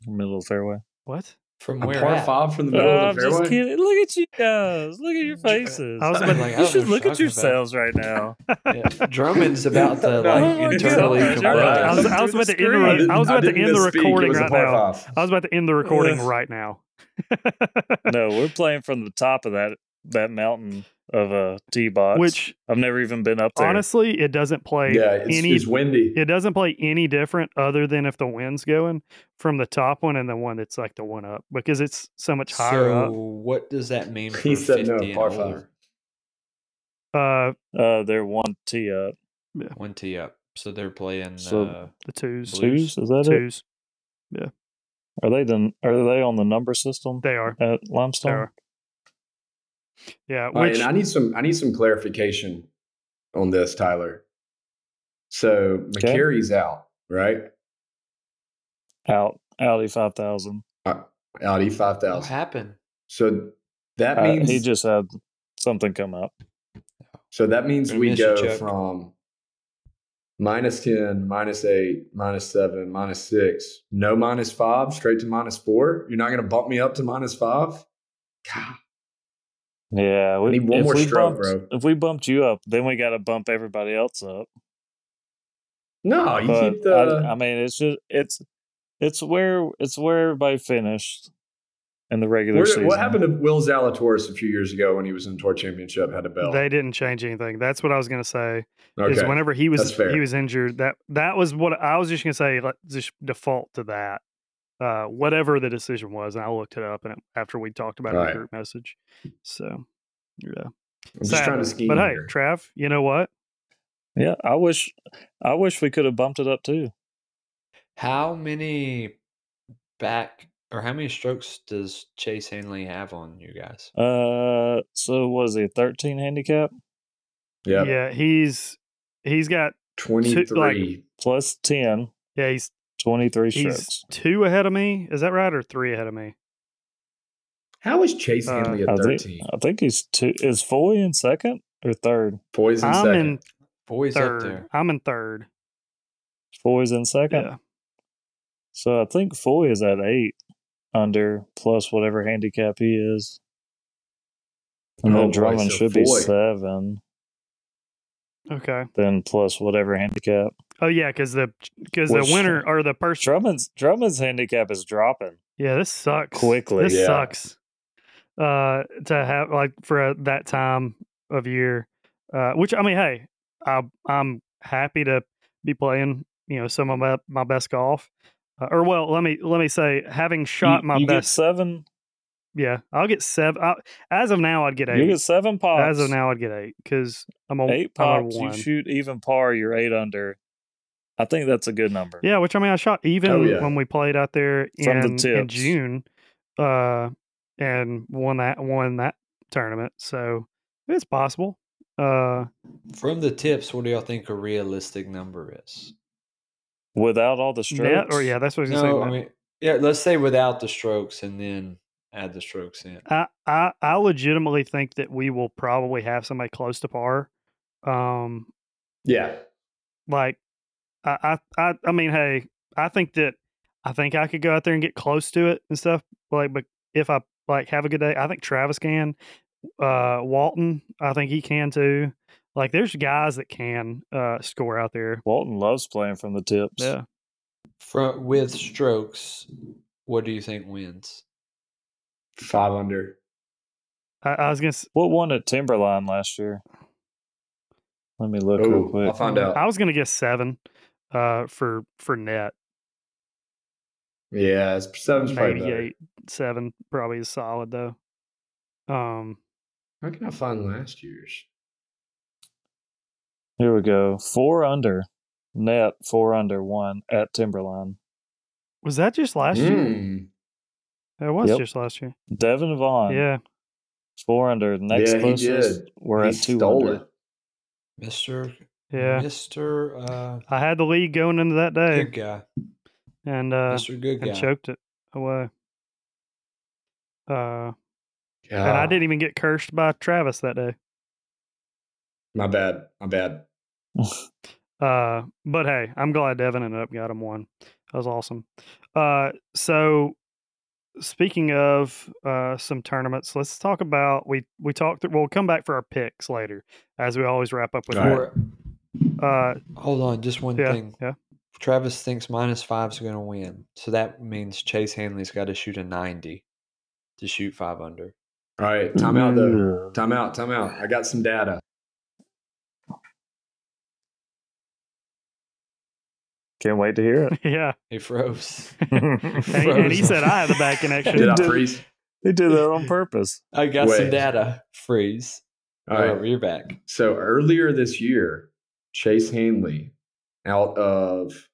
Speaker 4: Middle of the fairway.
Speaker 1: What?
Speaker 2: From
Speaker 3: A
Speaker 2: where?
Speaker 3: par
Speaker 2: at?
Speaker 3: five from the middle
Speaker 4: Oh,
Speaker 3: of
Speaker 4: I'm
Speaker 3: the
Speaker 4: just
Speaker 3: fairway?
Speaker 4: kidding. Look at you guys. Look at your faces.
Speaker 1: I was about-
Speaker 2: Like, I
Speaker 4: you
Speaker 2: was
Speaker 4: should
Speaker 2: just
Speaker 4: look
Speaker 2: talking
Speaker 4: at
Speaker 2: about-
Speaker 4: yourselves right now.
Speaker 2: Yeah, Drummond's about to
Speaker 3: No,
Speaker 4: Oh my
Speaker 2: like internally
Speaker 4: gosh, you're right.
Speaker 1: I was-
Speaker 2: combust.
Speaker 1: I was
Speaker 3: Through
Speaker 1: about to end the re-
Speaker 3: the screen. I didn't-
Speaker 1: I was
Speaker 3: I
Speaker 1: about to
Speaker 3: didn't
Speaker 1: end the
Speaker 3: misspeak. It
Speaker 1: recording
Speaker 3: was a
Speaker 1: right
Speaker 3: par
Speaker 1: now.
Speaker 3: five.
Speaker 1: I was about to end the recording
Speaker 4: Ugh.
Speaker 1: right now.
Speaker 4: No, we're playing from the top of that that mountain of a tee box.
Speaker 1: Which
Speaker 4: I've never even been up there.
Speaker 1: honestly, it doesn't play
Speaker 3: yeah, it's,
Speaker 1: any
Speaker 3: it's windy.
Speaker 1: it doesn't play any different other than if the wind's going from the top one and the one that's like the one up because it's so much higher
Speaker 2: So what does that mean for
Speaker 3: He said
Speaker 2: 50
Speaker 3: no,
Speaker 2: and
Speaker 3: par five.
Speaker 2: older?
Speaker 1: up. Uh
Speaker 4: uh, they're one tee up.
Speaker 2: One tee up. So they're playing.
Speaker 4: So-
Speaker 2: uh,
Speaker 1: the twos.
Speaker 4: Twos? Is that it?
Speaker 1: Twos.
Speaker 4: Are they the, Are they on the number system
Speaker 1: They are.
Speaker 4: at
Speaker 1: They
Speaker 4: Limestone?
Speaker 1: are. Yeah,
Speaker 3: All right,
Speaker 1: which
Speaker 3: and I need some I need some clarification on this, Tyler. So
Speaker 4: Okay.
Speaker 3: McCarry's out, right?
Speaker 4: Out Audi five thousand.
Speaker 3: Out E five
Speaker 2: what
Speaker 3: thousand.
Speaker 2: happened?
Speaker 3: So that
Speaker 4: Uh,
Speaker 3: means
Speaker 4: he just had something come up.
Speaker 3: so that means
Speaker 2: We
Speaker 3: we
Speaker 2: missed you,
Speaker 3: go
Speaker 2: Chuck.
Speaker 3: from minus ten, minus eight, minus seven, minus six, no minus five, straight to minus four. You're not gonna bump me up to minus five? God.
Speaker 4: Yeah, we,
Speaker 3: need one
Speaker 4: if
Speaker 3: more
Speaker 4: we
Speaker 3: stroke,
Speaker 4: bumped-
Speaker 3: bro.
Speaker 4: If we bumped you up, then we got to bump everybody else up.
Speaker 3: No, you
Speaker 4: But
Speaker 3: keep the
Speaker 4: I, I mean, it's just it's it's where it's where everybody finished in the regular
Speaker 3: Where-
Speaker 4: season.
Speaker 3: what happened to Will Zalatoris a few years ago when he was in the tour championship? Had a bell.
Speaker 1: they didn't change anything. That's what I was gonna say. Is
Speaker 3: okay.
Speaker 1: whenever he was
Speaker 3: That's fair.
Speaker 1: he was injured, that that was what I was just gonna say. Like, just default to that, uh, whatever the decision was. And I looked it up, and it, after we talked about it in the
Speaker 3: Right.
Speaker 1: group message, so yeah.
Speaker 3: I'm just
Speaker 1: Sad.
Speaker 3: trying to scheme.
Speaker 1: But hey,
Speaker 3: here.
Speaker 1: Trav, you know what?
Speaker 4: Yeah, I wish I wish we could have bumped it up too.
Speaker 2: How many back or how many strokes does Chase Hanley have on you guys?
Speaker 4: Uh, so was he thirteen handicap
Speaker 3: yeah,
Speaker 1: Yeah, he's he's got
Speaker 3: 23.
Speaker 4: plus 10,
Speaker 1: yeah he's
Speaker 4: 23
Speaker 1: he's
Speaker 4: strokes?
Speaker 1: two ahead of me. Is that right or three ahead of me?
Speaker 3: How is Chase
Speaker 1: Uh,
Speaker 3: Hanley
Speaker 4: I
Speaker 3: at
Speaker 4: think
Speaker 3: 13?
Speaker 4: I think he's two. Is Foy in second or third?
Speaker 3: Poison
Speaker 1: I'm
Speaker 3: second.
Speaker 1: in
Speaker 2: Boys up
Speaker 1: third.
Speaker 2: there.
Speaker 1: I'm in third.
Speaker 4: Foy's in second.
Speaker 1: Yeah.
Speaker 4: So I think Foy is at eight under plus whatever handicap he is. And
Speaker 3: Oh,
Speaker 4: then
Speaker 3: boy,
Speaker 4: Drummond
Speaker 3: so
Speaker 4: should be
Speaker 3: Foy.
Speaker 4: seven,
Speaker 1: Okay.
Speaker 4: then plus whatever handicap.
Speaker 1: Oh yeah, because the because the
Speaker 4: Which-
Speaker 1: winner or the person.
Speaker 4: Drummond's Drummond's handicap is dropping
Speaker 1: Yeah, this sucks.
Speaker 4: quickly.
Speaker 1: This
Speaker 3: Yeah.
Speaker 1: sucks. Uh, to have like for uh, that time of year, uh, which I mean, hey, I, I'm happy to be playing. You know, some of my, my best golf, uh, or well, let me let me say, having shot
Speaker 4: You-
Speaker 1: my
Speaker 4: you get
Speaker 1: best.
Speaker 4: seven.
Speaker 1: yeah, I'll get seven. I, as of now, I'd get
Speaker 4: You
Speaker 1: eight.
Speaker 4: get seven pops.
Speaker 1: As of now, I'd get eight because I'm a
Speaker 4: eight
Speaker 1: I'm a
Speaker 4: pops. You
Speaker 1: one.
Speaker 4: shoot even par. You're eight under. I think that's a good number.
Speaker 1: Yeah, which I mean, I shot even
Speaker 3: Oh, yeah.
Speaker 1: when we played out there
Speaker 4: From the
Speaker 1: in, in
Speaker 4: tips.
Speaker 1: June, uh, and won that won that tournament. So it's possible. Uh,
Speaker 2: From the tips, what do y'all think a realistic number is?
Speaker 4: Without all the
Speaker 1: net
Speaker 4: strokes.
Speaker 1: or yeah, that's what I was
Speaker 2: No,
Speaker 1: gonna
Speaker 2: I
Speaker 1: say.
Speaker 2: mean, yeah, let's say without the strokes and then add the strokes in.
Speaker 1: I, I I legitimately think that we will probably have somebody close to par. Um,
Speaker 3: Yeah.
Speaker 1: like I, I I I mean, hey, I think that I think I could go out there and get close to it and stuff. Like, but if I like have a good day, I think Travis can. Uh, Walton, I think he can too. Like, there's guys that can uh score out there.
Speaker 4: Walton loves playing from the tips.
Speaker 2: Front with strokes, what do you think wins?
Speaker 3: Five under.
Speaker 1: I, I was gonna s-
Speaker 4: What won at Timberline last year? Let me look real
Speaker 3: Oh,
Speaker 4: quick.
Speaker 3: I'll find out.
Speaker 1: I was gonna guess seven, uh, for for net
Speaker 3: yeah, it's, seven's probably
Speaker 1: maybe
Speaker 3: better.
Speaker 1: eight, seven probably is solid though. Um,
Speaker 3: How can I find last year's?
Speaker 4: Here we go. Four under. Net four under one at Timberline.
Speaker 1: was that just last year?
Speaker 3: Mm.
Speaker 1: It was
Speaker 4: Yep.
Speaker 1: just last year.
Speaker 4: Devin Vaughn,
Speaker 1: Yeah,
Speaker 4: four under. Next
Speaker 3: Yeah, he
Speaker 4: closest,
Speaker 3: did.
Speaker 4: we're
Speaker 3: He
Speaker 4: at two
Speaker 3: stole
Speaker 4: under.
Speaker 3: it.
Speaker 2: Mr.
Speaker 1: yeah.
Speaker 2: Mr. Uh,
Speaker 1: I had the lead going into that day.
Speaker 2: good guy.
Speaker 1: and uh
Speaker 2: Mr. Good guy.
Speaker 1: and choked it away. Uh,
Speaker 3: Yeah.
Speaker 2: Ah.
Speaker 1: and I didn't even get cursed by Travis that day.
Speaker 3: My bad. My bad.
Speaker 1: Uh, but hey, I'm glad Devin ended up got him one. That was awesome. Uh, so speaking of uh some tournaments, let's talk about we we talked. We'll come back for our picks later, as we always wrap up with.
Speaker 3: All right.
Speaker 1: that.
Speaker 2: Or-
Speaker 1: Uh,
Speaker 2: hold on, just one
Speaker 1: yeah,
Speaker 2: thing.
Speaker 1: yeah.
Speaker 2: Travis thinks minus five's going to win. So that means Chase Hanley's got to shoot a 90 to shoot five under.
Speaker 3: All right. Time out,
Speaker 4: Mm-hmm.
Speaker 3: though. Time out. Time out. I got some data.
Speaker 4: Can't wait to hear
Speaker 1: Yeah,
Speaker 2: He froze.
Speaker 4: it.
Speaker 1: and, and he
Speaker 2: Frozen.
Speaker 1: said I have the back connection.
Speaker 3: Did I
Speaker 4: did.
Speaker 3: freeze?
Speaker 4: they did that on purpose.
Speaker 2: I got some
Speaker 3: Wait.
Speaker 2: data. Freeze.
Speaker 3: All
Speaker 2: All
Speaker 4: Uh,
Speaker 3: right.
Speaker 2: right, you're back.
Speaker 3: So earlier this year, Chase Hanley, out of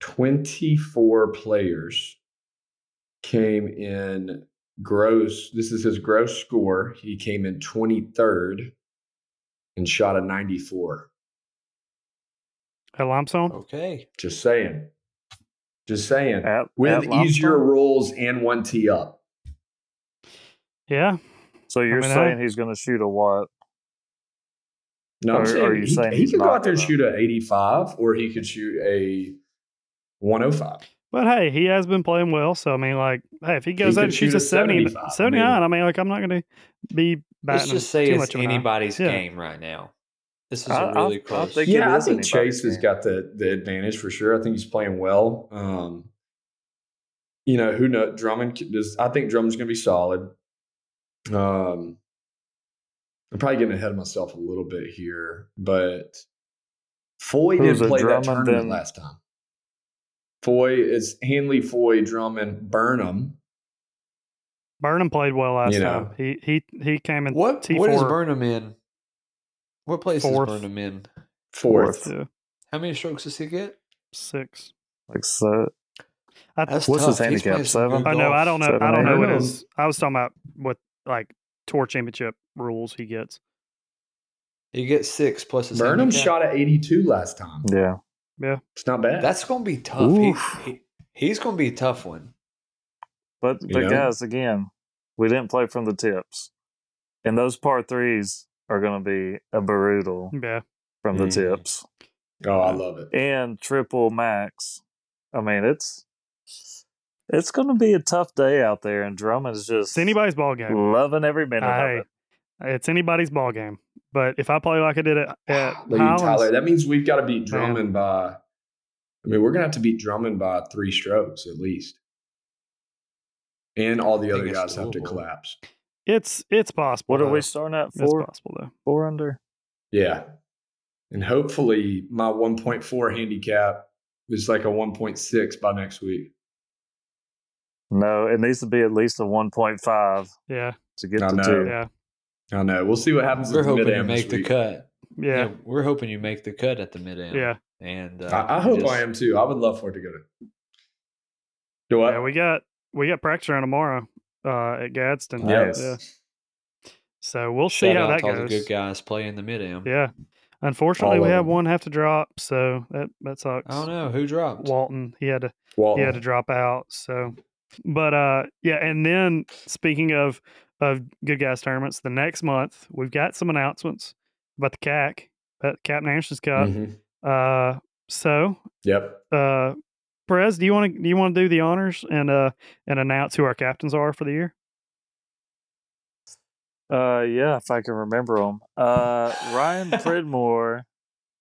Speaker 3: 24 players, came in gross. This is his gross score. He came in 23rd and shot a 94.
Speaker 1: At Limestone?
Speaker 2: Okay.
Speaker 3: Just saying. Just saying.
Speaker 4: At,
Speaker 3: With
Speaker 4: at Lompoc?
Speaker 3: easier rolls and one tee up.
Speaker 1: Yeah,
Speaker 4: So you're
Speaker 1: mean, I-
Speaker 4: saying he's going to shoot a what?
Speaker 3: No,
Speaker 4: Or-
Speaker 3: I'm saying,
Speaker 4: or you're
Speaker 3: he,
Speaker 4: saying
Speaker 3: he
Speaker 4: he's
Speaker 3: could go
Speaker 4: not
Speaker 3: out there and
Speaker 4: gonna-
Speaker 3: shoot a 85 or he could shoot a 105.
Speaker 1: But hey, he has been playing well. So I mean, like, hey, if he goes
Speaker 3: could
Speaker 1: out and shoots
Speaker 3: shoot
Speaker 1: a
Speaker 3: a
Speaker 1: 70,
Speaker 3: 75,
Speaker 1: 79, I mean, like, I'm not going to be
Speaker 2: Let's
Speaker 1: batting
Speaker 2: just say
Speaker 1: too
Speaker 2: it's
Speaker 1: much of an eye.
Speaker 2: anybody's
Speaker 1: Yeah.
Speaker 2: game right now. This is
Speaker 4: I-
Speaker 2: a
Speaker 4: I-
Speaker 2: really
Speaker 4: I
Speaker 2: close.
Speaker 4: think- it
Speaker 3: yeah, I
Speaker 4: is
Speaker 3: think
Speaker 4: anybody's
Speaker 3: Chase has
Speaker 4: game.
Speaker 3: got the the advantage for sure. I think he's playing well. Um, you know, who knows? Drummond c- does. I think Drummond's going to be solid. Um, I'm probably getting ahead of myself a little bit here, but Foy
Speaker 4: Who's
Speaker 3: did
Speaker 4: it,
Speaker 3: play that
Speaker 4: Drummond
Speaker 3: tournament
Speaker 4: and-
Speaker 3: last time. Foy is Hanley, Foy, Drummond, Burnham.
Speaker 1: Burnham played well last
Speaker 3: You
Speaker 1: time.
Speaker 3: know.
Speaker 1: He he he came in
Speaker 2: what,
Speaker 1: T4.
Speaker 2: what is Burnham in? What place
Speaker 1: Fourth.
Speaker 2: is Burnham in?
Speaker 3: Fourth.
Speaker 1: Yeah,
Speaker 2: How many strokes does he get?
Speaker 1: six.
Speaker 4: Like so,
Speaker 1: I,
Speaker 2: That's
Speaker 4: What's his
Speaker 2: tough. He's
Speaker 4: handicap,
Speaker 2: playing some
Speaker 4: seven?
Speaker 2: good
Speaker 1: I know. I
Speaker 2: golf.
Speaker 1: don't know.
Speaker 4: Seven,
Speaker 1: I don't
Speaker 4: eight.
Speaker 1: know what
Speaker 3: I don't
Speaker 1: his. I was talking about what like tour championship rules he gets.
Speaker 2: You get six plus his
Speaker 3: Burnham
Speaker 2: handicap.
Speaker 3: shot at 82 last time.
Speaker 4: yeah.
Speaker 3: It's not bad.
Speaker 2: That's going to be tough. He,
Speaker 4: Oof.
Speaker 2: he, he's going to be a tough one.
Speaker 4: But
Speaker 3: You
Speaker 4: but
Speaker 3: know?
Speaker 4: guys, again, we didn't play from the tips, and those par threes are going to be a brutal
Speaker 1: Yeah,
Speaker 4: from the
Speaker 1: Mm.
Speaker 2: Mhm.
Speaker 4: tips
Speaker 3: oh, I love it.
Speaker 4: and triple max. I mean, it's it's going to be a tough day out there, and Drummond is just
Speaker 1: it's anybody's ball game.
Speaker 4: loving every minute
Speaker 1: I,
Speaker 4: of it.
Speaker 1: It's anybody's ball game. But if I play like I did at, at
Speaker 3: Lee,
Speaker 1: Highlands-
Speaker 3: Tyler, that means we've got to beat
Speaker 1: Man.
Speaker 3: Drummond by. I mean, we're gonna have to beat Drummond by three strokes at least, and all the
Speaker 2: I think
Speaker 3: other
Speaker 2: it's
Speaker 3: guys have to
Speaker 2: doable.
Speaker 3: collapse.
Speaker 1: it's it's possible.
Speaker 4: What are we
Speaker 1: though.
Speaker 4: starting at?
Speaker 1: It's
Speaker 4: Four,
Speaker 1: possible though.
Speaker 4: four under.
Speaker 3: Yeah, and hopefully my 1.4 handicap is like a 1.6 by next week.
Speaker 4: No, it needs to be at least a one point five
Speaker 1: Yeah,
Speaker 4: to get
Speaker 3: I
Speaker 4: to
Speaker 3: know.
Speaker 4: two.
Speaker 1: yeah,
Speaker 3: I don't know. We'll see what happens.
Speaker 2: We're
Speaker 3: at the
Speaker 2: hoping you
Speaker 3: mid-am this
Speaker 2: make the
Speaker 3: week.
Speaker 2: cut.
Speaker 1: yeah,
Speaker 2: we're hoping you make the cut at the mid end.
Speaker 1: yeah.
Speaker 2: and uh,
Speaker 3: I, I hope
Speaker 2: just-
Speaker 3: I am too. I would love for it to go to. Do I?
Speaker 1: Yeah, we got we got practice around tomorrow uh, at Gadsden.
Speaker 4: Nice.
Speaker 1: Yeah. So we'll see
Speaker 2: shout
Speaker 1: how
Speaker 2: out
Speaker 1: that
Speaker 2: to all the
Speaker 1: goes.
Speaker 2: good guys playing the mid am.
Speaker 1: Yeah. Unfortunately,
Speaker 3: All
Speaker 1: we
Speaker 3: of
Speaker 1: had
Speaker 3: them.
Speaker 1: one have to drop, so that that sucks.
Speaker 2: I don't know who dropped.
Speaker 1: Walton, he had to
Speaker 3: Well,
Speaker 1: he had
Speaker 2: Oh.
Speaker 1: to drop out. So, but uh, yeah. And then speaking of of good guys tournaments, the next month we've got some announcements about the CAC, about the Captain Anderson's Cup.
Speaker 3: mhm.
Speaker 1: Uh,
Speaker 2: Mm-hmm.
Speaker 1: so
Speaker 3: Yep.
Speaker 1: uh, Perez, do you want to do you want to do the honors and uh and announce who our captains are for the year?
Speaker 4: Uh, yeah, if I can remember them. Uh, Ryan Pridmore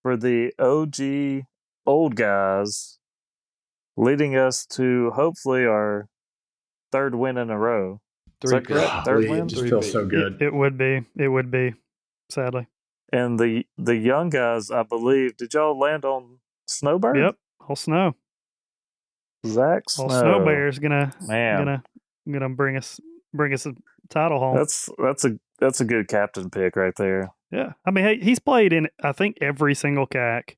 Speaker 4: for the OG old guys, leading us to hopefully our third win in a row. Is that
Speaker 2: picks.
Speaker 4: correct?
Speaker 3: Golly,
Speaker 4: Third
Speaker 3: it
Speaker 4: win?
Speaker 3: just
Speaker 2: Three
Speaker 3: feels
Speaker 2: big.
Speaker 3: so
Speaker 1: It,
Speaker 3: good.
Speaker 1: it would be. It would be. Sadly.
Speaker 4: And the the young guys, I believe, did y'all land on Snowbird?
Speaker 1: Yep. Whole snow.
Speaker 4: Zach
Speaker 1: Whole
Speaker 4: Snow.
Speaker 1: snow bear's gonna
Speaker 4: Man,
Speaker 1: gonna gonna bring us bring us a title home.
Speaker 4: that's that's a that's a good captain pick right there.
Speaker 1: yeah. I mean, hey, he's played in I think every single CAC.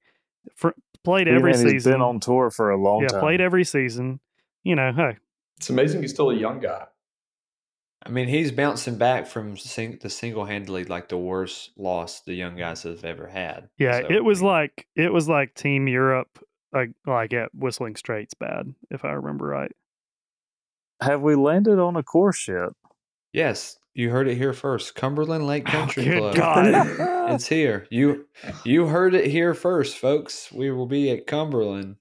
Speaker 1: For, played
Speaker 4: Even
Speaker 1: every
Speaker 4: if he's
Speaker 1: season.
Speaker 4: been on tour for a long
Speaker 1: yeah,
Speaker 4: time.
Speaker 1: played every season. You know, hey,
Speaker 3: It's amazing he's still a young guy.
Speaker 2: I mean, he's bouncing back from sing- the single handedly like the worst loss the young guys have ever had.
Speaker 1: yeah,
Speaker 2: So, I
Speaker 1: it was
Speaker 2: mean,
Speaker 1: like it was like Team Europe, like like at Whistling Straits bad, if I remember right.
Speaker 4: Have we landed on a course yet?
Speaker 2: yes, you heard it here first. Cumberland Lake
Speaker 1: Oh,
Speaker 2: Country
Speaker 1: good
Speaker 2: Club.
Speaker 1: God.
Speaker 2: It's here. You you heard it here first, folks. We will be at Cumberland.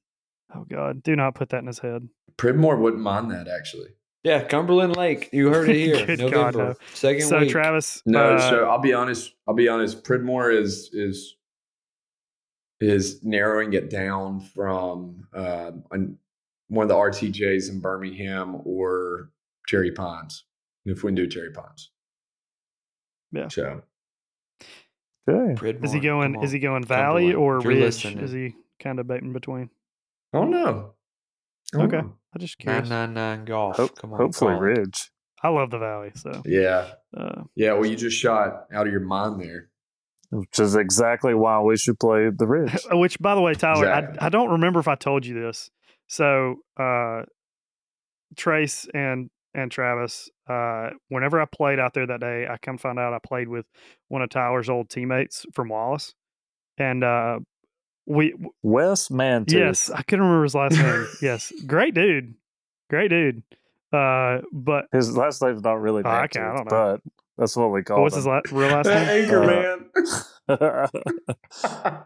Speaker 1: Oh God, do not put that in his head.
Speaker 3: Pridmore wouldn't mind that actually.
Speaker 2: Yeah, Cumberland Lake. You heard it here.
Speaker 1: Good God,
Speaker 2: November
Speaker 1: no.
Speaker 2: second
Speaker 1: so
Speaker 2: week.
Speaker 1: Travis,
Speaker 3: No,
Speaker 1: uh,
Speaker 3: so I'll be honest. I'll be honest. Pridmore is is is narrowing it down from um, an, one of the RTJs in Birmingham or Cherry Pines. If we can do Cherry Pines,
Speaker 1: Yeah.
Speaker 3: So
Speaker 4: Okay.
Speaker 2: Pridmore,
Speaker 1: is he
Speaker 2: come
Speaker 1: going?
Speaker 2: on.
Speaker 1: Is he going Valley
Speaker 2: Cumberland.
Speaker 1: or
Speaker 2: If you're
Speaker 1: Ridge?
Speaker 2: listening.
Speaker 1: Is he kind of bait in between?
Speaker 3: I don't know. I don't
Speaker 1: Okay.
Speaker 3: know.
Speaker 1: I just curious.
Speaker 2: Nine nine nine golf.
Speaker 4: Hope,
Speaker 2: come on,
Speaker 4: hopefully,
Speaker 2: call it.
Speaker 4: Ridge.
Speaker 1: I love the Valley, so
Speaker 3: Yeah.
Speaker 1: uh,
Speaker 3: Yeah. Well, you just shot out of your mind there.
Speaker 4: which is exactly why we should play the Ridge.
Speaker 1: uh, Which, by the way, Tyler,
Speaker 3: Exactly.
Speaker 1: I, I don't remember if I told you this. So, uh, Trace and and Travis, uh, whenever I played out there that day, I come find out I played with one of Tyler's old teammates from Wallace, and uh, we
Speaker 4: Wes Mantooth.
Speaker 1: yes, I couldn't remember his last name. yes, great dude, great dude. Uh, but
Speaker 4: His last name's not really
Speaker 1: Oh,
Speaker 4: Mantooth,
Speaker 1: I can't- I don't
Speaker 4: but that's what we call
Speaker 1: what's his
Speaker 4: him.
Speaker 1: la- real
Speaker 3: Uh,
Speaker 1: last name?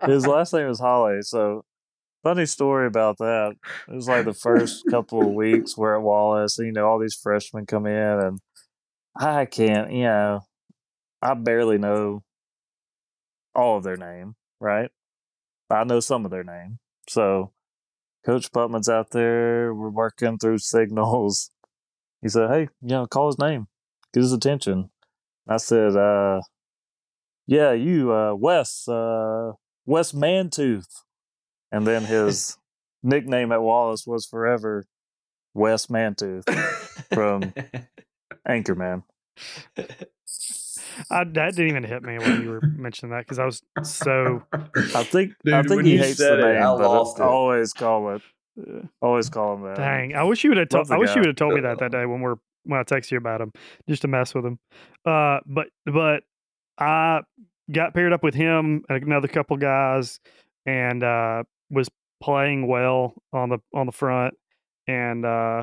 Speaker 4: his last name is Holly. So, funny story about that. It was like the first couple of weeks we're at Wallace, and you know, all these freshmen come in, and I can't, you know, I barely know all of their name, right? I know some of their name. So, Coach Putman's out there. We're working through signals. He said, "Hey, you know, call his name, get his attention." I said, "Uh." yeah, you, uh, Wes, uh, Wes Mantooth. And then his nickname at Wallace was forever Wes Mantooth, From- Anchorman.
Speaker 1: I, that didn't even hit me when you were mentioning that because I was so
Speaker 3: uh,
Speaker 4: I think
Speaker 3: Dude,
Speaker 4: I think
Speaker 3: when
Speaker 4: he
Speaker 3: you
Speaker 4: hates the
Speaker 3: said
Speaker 4: name,
Speaker 3: it, I
Speaker 4: but
Speaker 3: lost
Speaker 4: I
Speaker 3: it.
Speaker 4: always call it,
Speaker 1: uh,
Speaker 4: always call him that.
Speaker 1: dang. I wish you would have told.
Speaker 4: Love the
Speaker 1: I wish
Speaker 4: guy.
Speaker 1: you would have told me that that day when we're when I texted you about him, just to mess with him. Uh, but but I got paired up with him and another couple guys, and uh, was playing well on the on the front, and uh,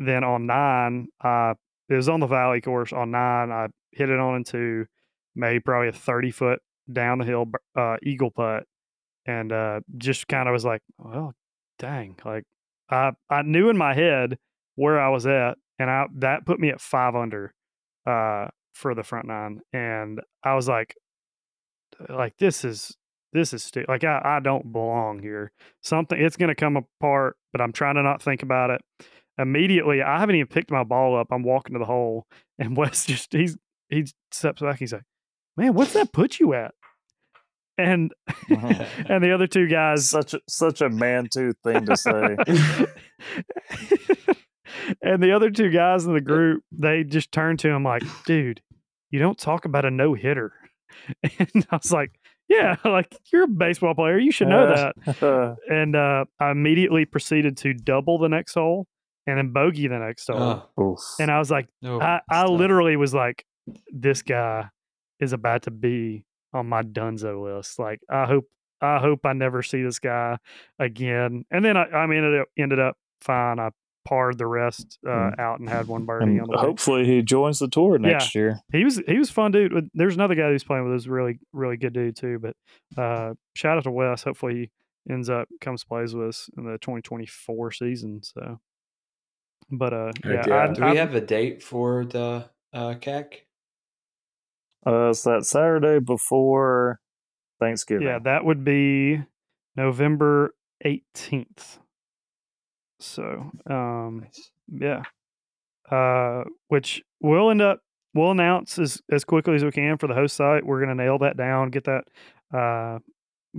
Speaker 1: then on nine, uh, it was on the valley course on nine. I hit it on into made probably a thirty foot down the hill bur- uh, eagle putt, and uh, just kind of was like, well, dang, like I I knew in my head where I was at, and I that put me at five under uh, for the front nine, and I was like, like this is this is stu- like I, I don't belong here. Something it's going to come apart, but I'm trying to not think about it. Immediately, I haven't even picked my ball up. I'm walking to the hole, and Wes just he's he steps back. He's like, "Man, what's that put you at?" And and the other two guys
Speaker 4: such a, such a man too thing to say.
Speaker 1: and the other two guys in the group, they just turned to him like, dude, you don't talk about a no hitter. And I was like, yeah, like you're a baseball player. You should know that. And uh, I immediately proceeded to double the next hole and then bogey the next hole.
Speaker 2: Uh,
Speaker 4: Oof.
Speaker 1: and I was like,
Speaker 2: no,
Speaker 1: I, I
Speaker 2: stop.
Speaker 1: literally was like, this guy is about to be on my Dunzo list. Like, I hope, I hope I never see this guy again. And then I, I mean, it ended up fine. I parred the rest uh,
Speaker 4: Mm.
Speaker 1: out and had one birdie
Speaker 4: And
Speaker 1: on the way.
Speaker 4: hopefully he joins the tour next year.
Speaker 1: He was, he was fun, dude. With- There's another guy who's playing with us, really, really good dude too. But uh, shout out to Wes. Hopefully he ends up comes plays with us in the 2024 season. So, but uh, yeah,
Speaker 3: Heck yeah.
Speaker 1: I-
Speaker 2: Do
Speaker 1: I-
Speaker 2: we have a date for the uh, CAC?
Speaker 4: Uh, it's that Saturday before Thanksgiving.
Speaker 1: Yeah, that would be November 18th. So, um
Speaker 2: Nice.
Speaker 1: yeah. Uh which we'll end up we'll announce as as quickly as we can for the host site. We're going to nail that down, get that uh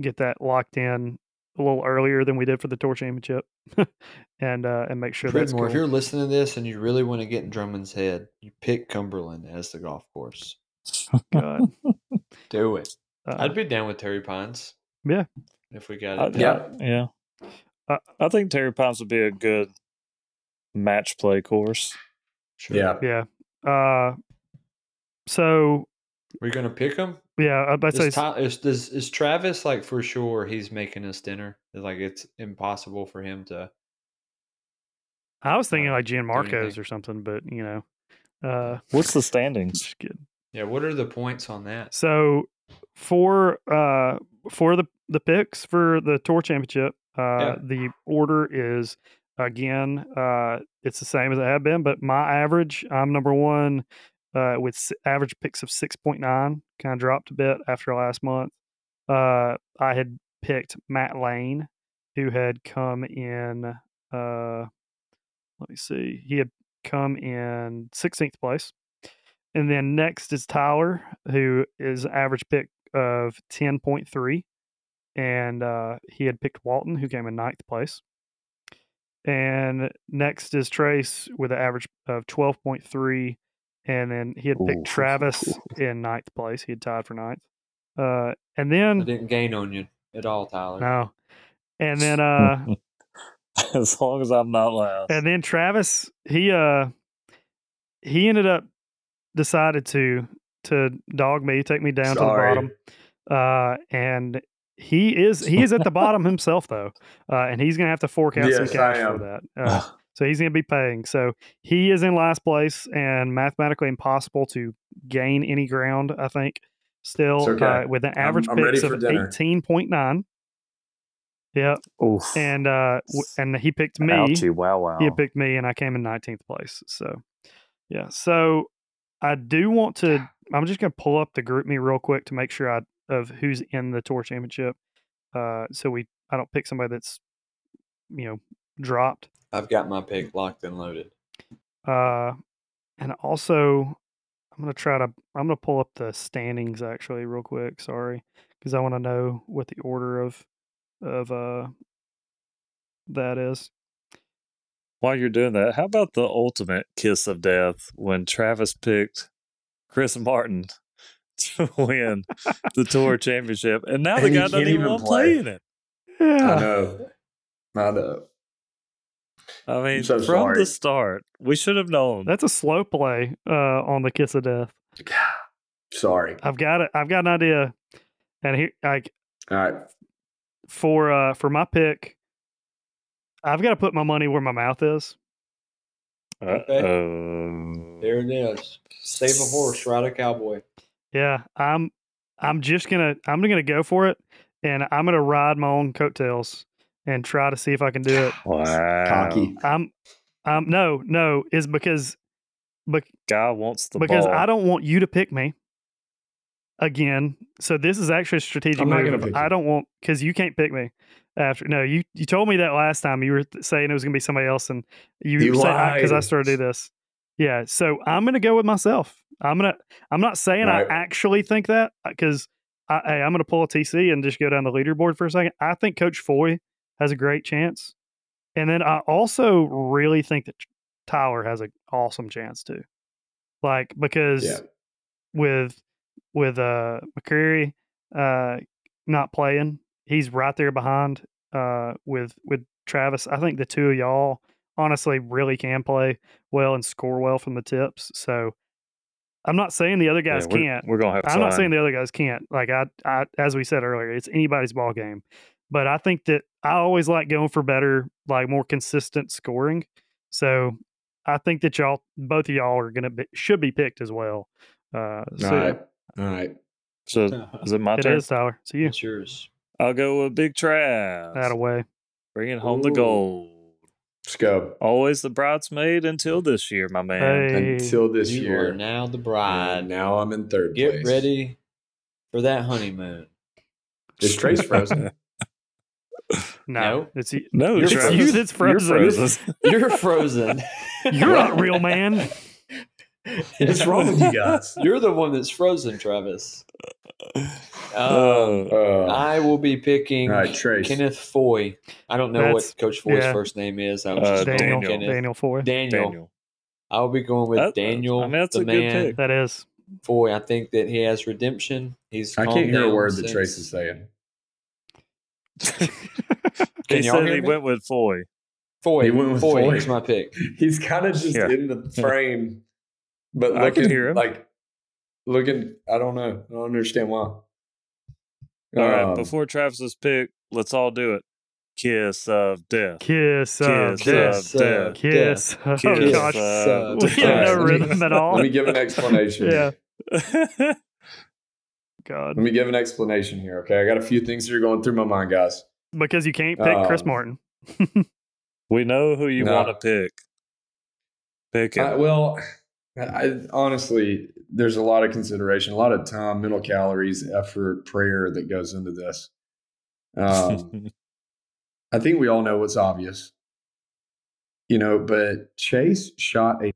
Speaker 1: get that locked in a little earlier than we did for the tour championship. and uh and make sure that's
Speaker 2: Treadmore,
Speaker 1: cool.
Speaker 2: if you're listening to this and you really want to get in Drummond's head, you pick Cumberland as the golf course.
Speaker 1: God.
Speaker 2: Do it.
Speaker 1: Uh,
Speaker 2: I'd be down with Terry Pines.
Speaker 1: Yeah.
Speaker 2: If we got
Speaker 4: I,
Speaker 2: it.
Speaker 3: Yeah.
Speaker 4: yeah. Yeah.
Speaker 1: Uh,
Speaker 4: I think Terry Pines would be a good match play course.
Speaker 2: Sure.
Speaker 3: Yeah.
Speaker 1: yeah. Uh so
Speaker 2: We're going to pick him?
Speaker 1: yeah, I'd I'd say
Speaker 2: Is, Ty- is, does, is Travis like for sure he's making us dinner? Like it's impossible for him to.
Speaker 1: I was thinking
Speaker 2: uh,
Speaker 1: like Gianmarco's
Speaker 2: anything.
Speaker 1: or something, but you know, uh,
Speaker 4: What's the standings?
Speaker 1: just kidding.
Speaker 2: Yeah. What are the points on that?
Speaker 1: So for uh for the the picks for the tour championship, uh,
Speaker 2: Yeah.
Speaker 1: the order is again uh it's the same as it had been, but my average I'm number one uh with s- average picks of six point nine, kind of dropped a bit after last month. Uh, I had picked Matt Lane, who had come in. Uh, let me see. He had come in 16th place. And then next is Tyler, who is average pick of 10.3. And uh, he had picked Walton, who came in ninth place. And next is Trace with an average of 12.3. And then he had picked
Speaker 4: Ooh.
Speaker 1: Travis in ninth place. He had tied for ninth. Uh, and
Speaker 2: I
Speaker 1: then
Speaker 2: didn't gain on you at all, Tyler.
Speaker 1: no. And then uh
Speaker 4: as long as I'm not last.
Speaker 1: and then Travis, he uh he ended up decided to to dog me, take me down
Speaker 3: Sorry.
Speaker 1: to the bottom. Uh and he is he is at the bottom himself though. Uh and he's gonna have to fork out some
Speaker 3: Yes, I
Speaker 1: cash
Speaker 3: am.
Speaker 1: for that. Uh, so he's going to be paying. So he is in last place and mathematically impossible to gain any ground, I think, still
Speaker 3: It's okay.
Speaker 1: uh, with an
Speaker 3: I'm-
Speaker 1: average
Speaker 3: I'm ready
Speaker 1: picks
Speaker 3: for
Speaker 1: of
Speaker 3: dinner.
Speaker 1: 18.9. Yep.
Speaker 4: Oof.
Speaker 1: and uh w- and he picked me
Speaker 4: Ouchie, wow, wow.
Speaker 1: he
Speaker 3: Oh.
Speaker 1: had picked me and i came in 19th place so yeah so i do want to i'm just going to pull up the group me real quick to make sure i of who's in the tour championship uh so we i don't pick somebody that's you know dropped
Speaker 2: I've got my pick locked and loaded.
Speaker 1: uh and also i'm going to try to i'm going to pull up the standings actually real quick sorry because i want to know what the order of of uh that is
Speaker 4: While you're doing that, how about the ultimate kiss of death when Travis picked Chris Martin to win the tour championship, and now the
Speaker 3: And he
Speaker 4: guy doesn't
Speaker 3: can't
Speaker 4: even
Speaker 3: even
Speaker 4: want to
Speaker 3: play.
Speaker 4: play in it.
Speaker 1: yeah
Speaker 3: I know. I know.
Speaker 4: I mean,
Speaker 3: so
Speaker 4: from
Speaker 3: sorry.
Speaker 4: the start, we should have known.
Speaker 1: That's a slow play uh, on the kiss of death.
Speaker 3: Sorry.
Speaker 1: I've got it. I've got an idea, and here like
Speaker 3: All right.
Speaker 1: for uh, for my pick, I've got to put my money where my mouth is.
Speaker 2: Okay.
Speaker 4: Uh-oh.
Speaker 2: There it is. Save a horse, ride a cowboy.
Speaker 1: Yeah, I'm I'm just gonna I'm gonna go for it, and I'm gonna ride my own coattails and try to see if I can do it.
Speaker 4: Wow.
Speaker 3: Cocky.
Speaker 1: I'm um no no is because Bec-
Speaker 4: Guy wants the
Speaker 1: because
Speaker 4: ball.
Speaker 1: I don't want you to pick me again. So this is actually a strategic
Speaker 3: I'm not gonna
Speaker 1: move.
Speaker 3: pick you.
Speaker 1: I don't want because you can't pick me after. No, you you told me that last time. You were th- saying it was going to be somebody else, and you
Speaker 3: You
Speaker 1: because I
Speaker 3: lied.
Speaker 1: started to do this. Yeah, so I'm going to go with myself. I'm gonna. I'm not saying
Speaker 3: Right.
Speaker 1: I actually think that because I, hey, I'm going to pull a TC and just go down the leaderboard for a second. I think Coach Foy has a great chance, and then I also really think that Tyler has an awesome chance too. Like because
Speaker 3: Yeah.
Speaker 1: with with uh McCreary uh not playing, he's right there behind uh with with Travis. I think the two of y'all honestly really can play well and score well from the tips. So I'm not saying the other
Speaker 4: Yeah,
Speaker 1: guys
Speaker 4: we're,
Speaker 1: can't.
Speaker 4: We're gonna have.
Speaker 1: I'm not
Speaker 4: fun.
Speaker 1: saying the other guys can't. Like I, I, as we said earlier, it's anybody's ball game. But I think that I always like going for better, like more consistent scoring. So I think that y'all, both of y'all, are gonna be, should be picked as well. Uh, so
Speaker 3: All right. All right.
Speaker 4: So is it my
Speaker 1: it
Speaker 4: turn?
Speaker 1: is Tyler. So you
Speaker 2: It's yours.
Speaker 4: I'll go with big Trav.
Speaker 1: that away.
Speaker 4: Bringing home the
Speaker 2: Ooh.
Speaker 4: gold.
Speaker 3: Let's go.
Speaker 4: Always the bridesmaid until this year, my man.
Speaker 1: Hey.
Speaker 3: Until this
Speaker 2: you
Speaker 3: year.
Speaker 2: are now the
Speaker 3: and
Speaker 2: bride.
Speaker 3: now I'm in third
Speaker 2: Get
Speaker 3: place.
Speaker 2: ready for that honeymoon.
Speaker 3: Is Trace frozen?
Speaker 1: No,
Speaker 2: No.
Speaker 1: it's you.
Speaker 4: No,
Speaker 2: You're
Speaker 1: It's
Speaker 4: Travis.
Speaker 1: you that's frozen. You're,
Speaker 4: You're frozen.
Speaker 2: You're frozen.
Speaker 1: a real man.
Speaker 3: What's wrong with you guys?
Speaker 2: You're the one that's frozen, Travis. Um,
Speaker 3: Uh,
Speaker 4: Uh,
Speaker 2: I will be picking
Speaker 3: all right, Trace.
Speaker 2: Kenneth Foy. I don't know
Speaker 1: That's-
Speaker 2: what Coach Foy's
Speaker 1: yeah.
Speaker 2: first name is. I was
Speaker 4: Uh,
Speaker 2: just going
Speaker 1: Daniel,
Speaker 4: Daniel.
Speaker 2: Kenneth.
Speaker 1: Daniel Foy.
Speaker 2: Daniel.
Speaker 4: Daniel.
Speaker 2: I'll be going with
Speaker 4: That-
Speaker 2: Daniel.
Speaker 4: I mean, that's
Speaker 2: the
Speaker 4: a good
Speaker 2: man.
Speaker 4: pick.
Speaker 1: That is.
Speaker 2: Foy. I think that he has redemption. He's.
Speaker 3: I
Speaker 2: calmed
Speaker 3: can't hear a
Speaker 2: down
Speaker 3: word that
Speaker 2: since-
Speaker 3: Trace is saying.
Speaker 4: he
Speaker 2: Can y'all
Speaker 4: said
Speaker 2: hear
Speaker 4: he
Speaker 2: me?
Speaker 4: went with Foy.
Speaker 2: Foy.
Speaker 3: He went with
Speaker 2: Foy.
Speaker 3: Foy.
Speaker 2: He's my pick.
Speaker 3: He's kind of just
Speaker 4: Yeah.
Speaker 3: in the frame, but
Speaker 4: I can
Speaker 3: looking
Speaker 4: hear him.
Speaker 3: like looking. I don't know. I don't understand why. Um, All
Speaker 4: All right,
Speaker 3: right,
Speaker 4: before Travis's pick, let's all do it. Kiss of death.
Speaker 1: Kiss, of
Speaker 4: Kiss
Speaker 1: death.
Speaker 4: of death.
Speaker 1: Kiss. Oh
Speaker 4: Kiss
Speaker 1: gosh,
Speaker 2: Uh,
Speaker 4: of
Speaker 1: we have no
Speaker 3: All
Speaker 4: death.
Speaker 3: right, let me-
Speaker 1: rhythm at all.
Speaker 3: let me give an explanation.
Speaker 1: Yeah. God.
Speaker 3: Let me give an explanation here. Okay, I got a few things that are going through my mind, guys.
Speaker 1: Because you can't pick Chris
Speaker 3: Um,
Speaker 1: Martin.
Speaker 4: we know who you
Speaker 3: No.
Speaker 4: want to pick. Pick him.
Speaker 3: I, Uh, well, I, I- honestly, there's a lot of consideration, a lot of time, mental calories, effort, prayer that goes into this. Um, I think we all know what's obvious, you know. But Chase shot a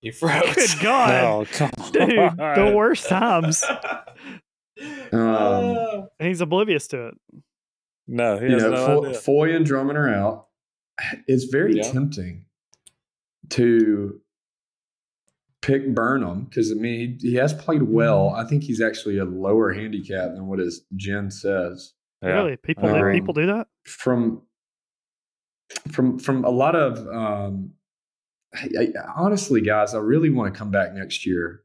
Speaker 2: He froze.
Speaker 1: Good God,
Speaker 4: oh, come on.
Speaker 1: dude! The worst times.
Speaker 3: Um,
Speaker 1: And he's oblivious to it.
Speaker 4: No, he
Speaker 3: you
Speaker 4: has
Speaker 3: know
Speaker 4: no
Speaker 3: Fo-
Speaker 4: idea.
Speaker 3: Foy and drumming her out. It's very
Speaker 2: Yeah.
Speaker 3: tempting to pick Burnham because I mean he, he has played well.
Speaker 4: Mm-hmm.
Speaker 3: I think he's actually a lower handicap than what his Jen says.
Speaker 4: Yeah.
Speaker 1: Really, people do,
Speaker 3: Um,
Speaker 1: people do that.
Speaker 3: from from from a lot of um I, I, honestly guys i really want to come back next year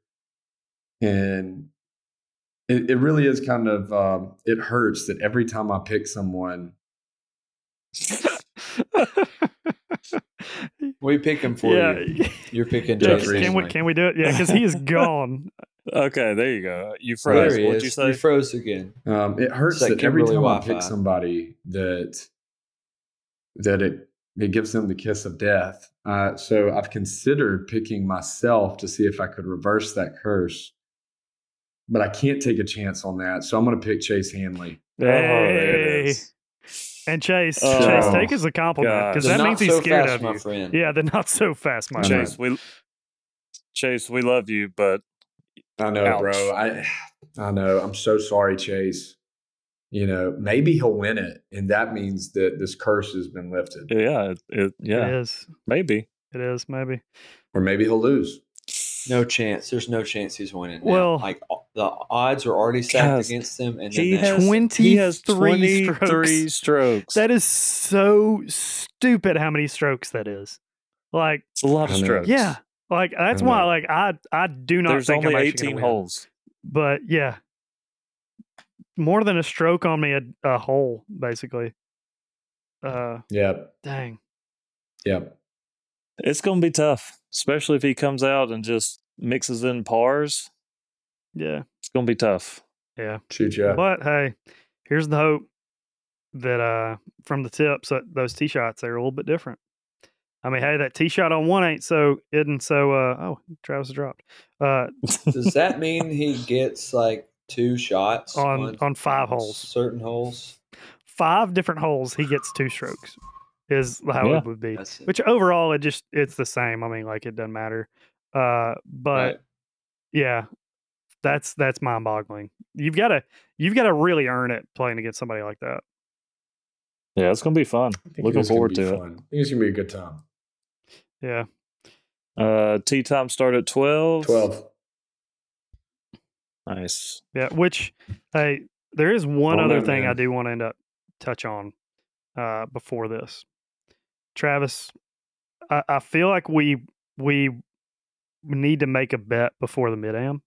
Speaker 3: and it, it really is kind of um it hurts that every time i pick someone
Speaker 2: We pick him for
Speaker 1: yeah.
Speaker 2: you. You're picking
Speaker 3: Yeah,
Speaker 2: Jason.
Speaker 3: Jeffrey.
Speaker 1: Can we can we do it? Yeah, because he is gone.
Speaker 4: Okay, there you go. You
Speaker 2: There
Speaker 4: froze.
Speaker 2: he is.
Speaker 4: What'd
Speaker 2: oh,
Speaker 4: you say?
Speaker 2: He froze again.
Speaker 3: um it hurts
Speaker 2: It's like
Speaker 3: that every time
Speaker 2: Kimberly
Speaker 3: i pick
Speaker 2: Wi-Fi.
Speaker 3: somebody that that it it gives them the kiss of death uh so i've considered picking myself to see if i could reverse that curse but i can't take a chance on that so i'm going to pick chase hanley
Speaker 4: Oh, there it is.
Speaker 1: And Chase,
Speaker 4: Oh,
Speaker 1: Chase, take as a compliment
Speaker 4: God.
Speaker 1: because
Speaker 4: The
Speaker 1: that
Speaker 2: not
Speaker 1: means he's
Speaker 2: so
Speaker 1: scared
Speaker 2: fast,
Speaker 1: of
Speaker 2: my
Speaker 1: you.
Speaker 2: friend.
Speaker 1: Yeah, they're not so fast, my
Speaker 3: I
Speaker 1: friend.
Speaker 3: know.
Speaker 4: Chase, we Chase, we love you, but
Speaker 3: i know
Speaker 4: Ouch.
Speaker 3: bro i i know i'm so sorry chase you know maybe he'll win it and that means that this curse has been lifted
Speaker 4: yeah, it, it, yeah,
Speaker 1: It is.
Speaker 4: maybe.
Speaker 1: It is maybe.
Speaker 3: or maybe he'll lose
Speaker 2: No chance. There's no chance he's winning. now.
Speaker 1: Well-
Speaker 2: like o- the odds are already stacked
Speaker 4: Guys,
Speaker 2: against him, and
Speaker 4: he
Speaker 2: then that-
Speaker 4: has-
Speaker 1: Twenty
Speaker 4: He has
Speaker 1: three strokes.
Speaker 4: 23 strokes.
Speaker 1: That is so stupid how many strokes that is. Like,
Speaker 4: It's a lot of
Speaker 3: I know.
Speaker 4: strokes.
Speaker 1: yeah. Like that's why
Speaker 3: know.
Speaker 1: like I I do not
Speaker 4: There's
Speaker 1: think
Speaker 4: only
Speaker 1: I'm actually gonna
Speaker 4: 18
Speaker 1: win.
Speaker 4: holes.
Speaker 1: But yeah. More than a stroke on me a, a hole, basically. Uh
Speaker 3: yep
Speaker 1: dang.
Speaker 3: yep
Speaker 4: It's going to be tough, especially if he comes out and just mixes in pars.
Speaker 1: Yeah.
Speaker 4: It's going to be tough.
Speaker 1: Yeah.
Speaker 3: shoot ya.
Speaker 1: But hey, here's the hope that uh from the tips uh, those tee shots they're a little bit different. I mean, hey, that tee shot on one ain't so isn't so. Uh, oh, Travis dropped uh,
Speaker 2: Does that mean he gets like two shots
Speaker 1: on on five holes,
Speaker 2: Certain holes.
Speaker 1: five different holes. He gets two strokes. Is how
Speaker 4: Yeah.
Speaker 1: it would be.
Speaker 2: That's it.
Speaker 1: Which overall, it just it's the same. I mean, like it doesn't matter. Uh, but
Speaker 2: Right.
Speaker 1: yeah, that's that's mind boggling. You've got to you've got to really earn it playing against somebody like that.
Speaker 4: Yeah, it's gonna be fun.
Speaker 3: I think
Speaker 4: Looking
Speaker 3: it's gonna
Speaker 4: forward
Speaker 3: be
Speaker 4: to it.
Speaker 3: fun. I think it's gonna be a good time.
Speaker 1: Yeah,
Speaker 4: Uh, tea time start at twelve.
Speaker 3: Twelve.
Speaker 4: Nice.
Speaker 1: yeah. Which hey, there is one
Speaker 3: Oh,
Speaker 1: other
Speaker 3: man,
Speaker 1: thing I
Speaker 3: man.
Speaker 1: do want to end up touch on uh, before this. Travis, I, I feel like we we need to make a bet before the mid am.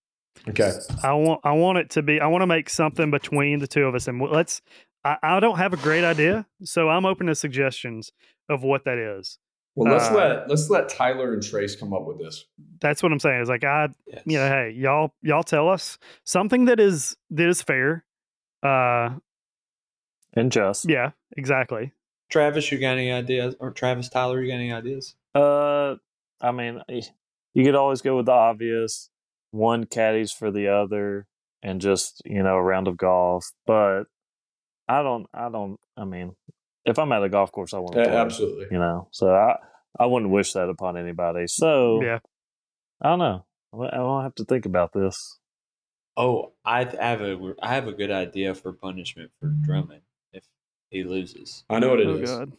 Speaker 3: Okay.
Speaker 1: I want I want it to be I want to make something between the two of us and w- let's I, I don't have a great idea, so I'm open to suggestions of what that is.
Speaker 3: Well, let's
Speaker 1: Uh,
Speaker 3: let let's let Tyler and Trace come up with this.
Speaker 1: That's what I'm saying. Is like I
Speaker 2: Yes.
Speaker 1: you know, hey, y'all y'all tell us something that is that is fair. Uh
Speaker 4: And just
Speaker 1: yeah, exactly.
Speaker 2: Travis, you got any ideas? Or Travis Tyler, you got any ideas?
Speaker 4: Uh, I mean, eh, you could always go with the obvious one caddies for the other, and just you know a round of golf. But I don't, I don't. I mean, if I'm at a golf course, I
Speaker 2: Uh,
Speaker 4: want to
Speaker 2: Eh,
Speaker 3: Yeah,
Speaker 4: play.
Speaker 3: absolutely.
Speaker 4: You know, so I, I wouldn't wish that upon anybody.
Speaker 2: Oh,
Speaker 4: So
Speaker 1: Yeah.
Speaker 4: I don't know. I won't- I won't have to think about this.
Speaker 2: Oh, I th- I have a I have a good idea for punishment for Drummond if he loses.
Speaker 3: I know what it
Speaker 1: Oh
Speaker 3: is.
Speaker 1: god.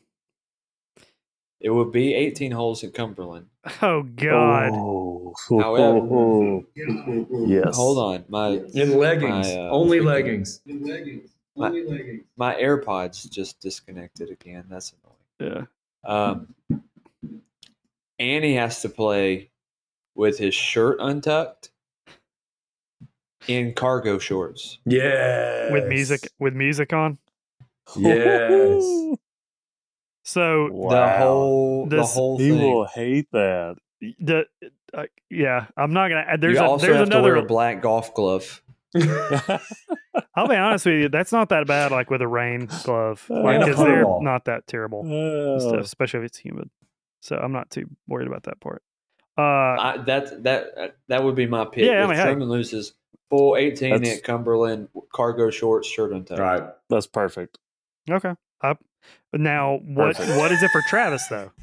Speaker 2: It would be 18 holes at Cumberland.
Speaker 1: Oh god.
Speaker 4: Oh,
Speaker 2: However-
Speaker 4: yes.
Speaker 2: Hold on, my
Speaker 3: In leggings,
Speaker 2: My, uh,
Speaker 3: only
Speaker 2: freaking-
Speaker 3: leggings.
Speaker 2: my, my AirPods just disconnected again. That's annoying.
Speaker 1: Yeah.
Speaker 2: Um, and he has to play with his shirt untucked in cargo shorts.
Speaker 3: Yeah.
Speaker 1: With music with music on.
Speaker 3: Yes.
Speaker 1: So
Speaker 4: Wow.
Speaker 2: The whole the
Speaker 1: This-
Speaker 2: whole
Speaker 4: he
Speaker 2: thing.
Speaker 4: will hate that.
Speaker 1: the uh, yeah, I'm not gonna. There's
Speaker 2: you
Speaker 1: a,
Speaker 2: also
Speaker 1: there's
Speaker 2: have to
Speaker 1: another.
Speaker 2: wear a black golf glove.
Speaker 1: I'll be honest with you, that's not that bad. Like with a rain glove,
Speaker 4: Uh,
Speaker 1: like
Speaker 4: And a
Speaker 1: 'cause they're
Speaker 3: puddle.
Speaker 1: not that terrible, and stuff,
Speaker 4: Oh.
Speaker 1: especially if it's humid. So I'm not too worried about that part. Uh,
Speaker 2: I, that that that would be my pick.
Speaker 1: Yeah, I
Speaker 2: if
Speaker 1: mean, hey.
Speaker 2: Sherman loses full 18
Speaker 4: That's-
Speaker 2: at Cumberland, cargo shorts, shirt untucked.
Speaker 3: right.
Speaker 4: That's perfect.
Speaker 1: okay. I, now what
Speaker 4: Perfect.
Speaker 1: what is it for Travis though?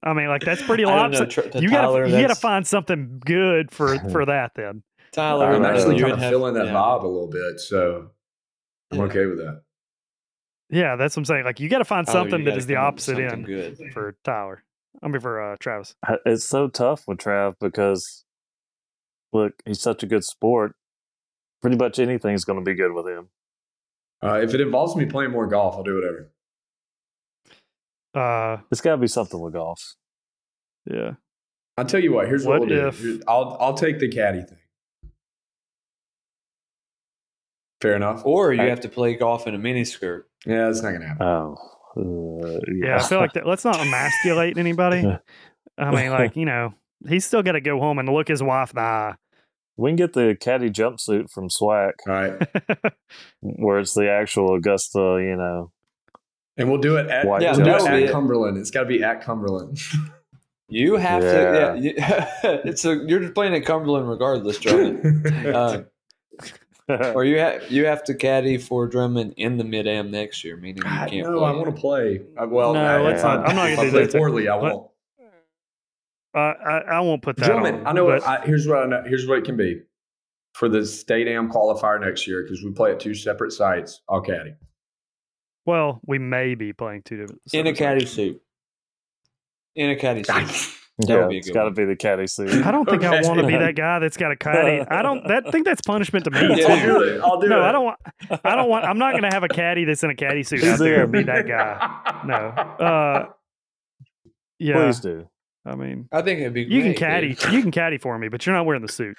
Speaker 1: I mean, like that's pretty
Speaker 2: I don't know,
Speaker 1: lopsided.
Speaker 2: Tr- to
Speaker 1: You
Speaker 2: Tyler,
Speaker 1: gotta you gotta
Speaker 2: that's-
Speaker 1: find something good for for that then.
Speaker 2: Tyler.
Speaker 4: I
Speaker 3: I'm
Speaker 4: don't know.
Speaker 3: actually
Speaker 2: Oh, you
Speaker 3: kind
Speaker 2: would
Speaker 3: of
Speaker 2: have-
Speaker 3: feeling that
Speaker 2: yeah.
Speaker 3: vibe a little bit, so I'm
Speaker 2: Yeah.
Speaker 3: okay with that.
Speaker 1: Yeah, that's what I'm saying. Like you gotta find
Speaker 2: Tyler, Oh, you
Speaker 1: something that
Speaker 2: gotta
Speaker 1: is the
Speaker 2: come up with
Speaker 1: opposite
Speaker 2: something
Speaker 1: end
Speaker 2: Good.
Speaker 1: for Tyler. I mean for uh, Travis.
Speaker 4: I- It's so tough with Trav because, look, he's such a good sport. Pretty much anything's going to be good with him.
Speaker 3: Uh, if it involves me playing more golf, I'll do whatever.
Speaker 1: Uh,
Speaker 4: It's got to be something with golf.
Speaker 1: yeah.
Speaker 3: I'll tell you what. Here's what,
Speaker 1: What
Speaker 3: we'll
Speaker 1: if-
Speaker 3: do. I'll I'll take the caddy thing. Fair enough. Oh,
Speaker 2: Or you
Speaker 4: I-
Speaker 2: have to play golf in a miniskirt.
Speaker 3: Yeah, it's not gonna happen.
Speaker 4: Oh, uh,
Speaker 1: Yeah, I feel like that. Let's not emasculate anybody. I mean, like you know, he's still got to go home and look his wife in the eye.
Speaker 4: we can get the caddy jumpsuit from SWAC,
Speaker 2: Uh,
Speaker 3: All right,
Speaker 4: where it's the actual Augusta. You know,
Speaker 3: and we'll do it at, we'll
Speaker 4: White
Speaker 2: Yeah,
Speaker 3: do
Speaker 2: that
Speaker 3: it
Speaker 2: would
Speaker 3: at
Speaker 2: be it.
Speaker 3: Cumberland. It's got to be at Cumberland.
Speaker 2: You have to. Yeah, you, it's a, you're just playing at Cumberland regardless, Drummond. Uh, or you have you have to caddy for Drummond in the mid am next year, meaning you
Speaker 3: God,
Speaker 2: can't
Speaker 3: no,
Speaker 2: play.
Speaker 3: I want to play. I, Uh, well,
Speaker 1: No,
Speaker 3: I-
Speaker 4: let's
Speaker 3: if I-
Speaker 4: not- I'm
Speaker 1: not
Speaker 3: if
Speaker 1: gonna do
Speaker 3: I play
Speaker 1: that to-
Speaker 3: poorly. I
Speaker 1: Let-
Speaker 3: won't.
Speaker 1: Uh, I I won't put that.
Speaker 3: Gentlemen,
Speaker 1: on,
Speaker 3: I know what.
Speaker 1: but-
Speaker 3: I, here's what I know. Here's what it can be for the state am qualifier next year because we play at two separate sites. I'll caddy.
Speaker 1: well, we may be playing two different.
Speaker 2: in a
Speaker 1: separate
Speaker 2: caddy
Speaker 1: sides.
Speaker 2: suit. In a caddy suit. That
Speaker 4: yeah,
Speaker 2: would be a
Speaker 4: it's
Speaker 2: good
Speaker 4: got to
Speaker 2: one.
Speaker 4: be the caddy suit.
Speaker 1: I don't think I
Speaker 3: Okay.
Speaker 1: want to be that guy that's got a caddy. I don't. That think that's punishment to me. too.
Speaker 2: Yeah.
Speaker 3: I'll do it. I'll do
Speaker 1: No,
Speaker 3: it.
Speaker 1: I don't want. I don't want. I'm not going to have a caddy that's in a caddy suit out there and be that guy. No. Uh, Yeah,
Speaker 4: Please do.
Speaker 1: I mean,
Speaker 2: I think it'd be.
Speaker 1: you can
Speaker 2: great,
Speaker 1: caddy.
Speaker 2: dude.
Speaker 1: You can caddy for me, but you're not wearing the suit.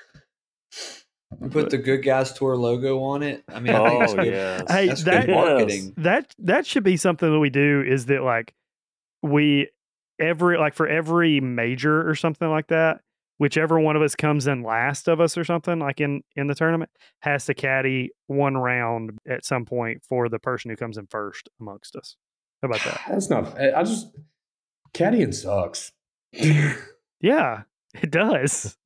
Speaker 2: You put the Good Guys Tour logo on it. I mean, I think it's
Speaker 4: Oh
Speaker 2: good.
Speaker 4: yes.
Speaker 1: Hey,
Speaker 2: That's
Speaker 1: that-
Speaker 2: good marketing.
Speaker 1: that that should be something that we do is that like we every like for every major or something like that whichever one of us comes in last of us or something like in in the tournament has to caddy one round at some point for the person who comes in first amongst us how about that
Speaker 3: That's not. I I just. caddying sucks.
Speaker 1: Uh, Yeah, it does.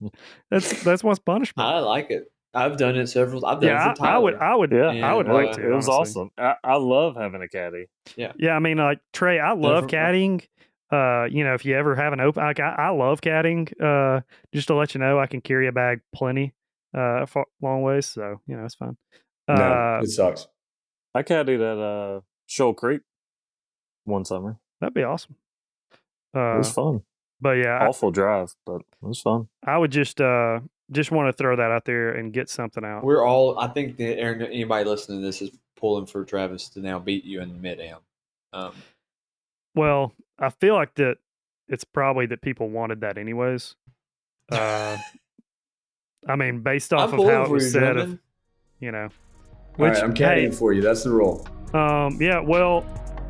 Speaker 1: that's that's what's punishment.
Speaker 2: I like it. I've done it several. I've done
Speaker 1: yeah,
Speaker 2: it for
Speaker 1: I, I would,
Speaker 2: Tyler.
Speaker 1: I would,
Speaker 4: Yeah.
Speaker 1: I would
Speaker 2: Yeah,
Speaker 1: like
Speaker 2: uh,
Speaker 1: to.
Speaker 4: It was
Speaker 1: honestly.
Speaker 4: awesome. I, I love having a caddy.
Speaker 1: Yeah, I mean, like Trey, I love caddying.
Speaker 2: Definitely.
Speaker 1: Uh, you know, if you ever have an open, like I, I love caddying. Uh, just to let you know, I can carry a bag plenty, uh, for long ways. So you know, it's fine. Uh,
Speaker 3: no, it sucks.
Speaker 4: I caddied at uh, Shoal Creek one summer.
Speaker 1: that'd be awesome.
Speaker 4: It
Speaker 1: Uh,
Speaker 4: was fun.
Speaker 1: but yeah, I-
Speaker 4: Awful drive, but it was fun.
Speaker 1: I, would just, uh, just want to throw that out there and get something out.
Speaker 2: We're all. I think that Aaron, anybody listening to this is pulling for Travis to now beat you in mid am. Um,
Speaker 1: Well, I feel like that it's probably that people wanted that anyways. Uh, I mean, based off
Speaker 2: I'm
Speaker 1: of
Speaker 2: pulling
Speaker 1: how it
Speaker 2: for
Speaker 1: was
Speaker 2: you,
Speaker 1: said,
Speaker 2: Drummond.
Speaker 1: of, you know,
Speaker 3: All
Speaker 1: which
Speaker 3: right, I'm
Speaker 1: hey,
Speaker 3: caddying for you. That's the rule.
Speaker 1: Um, yeah, well,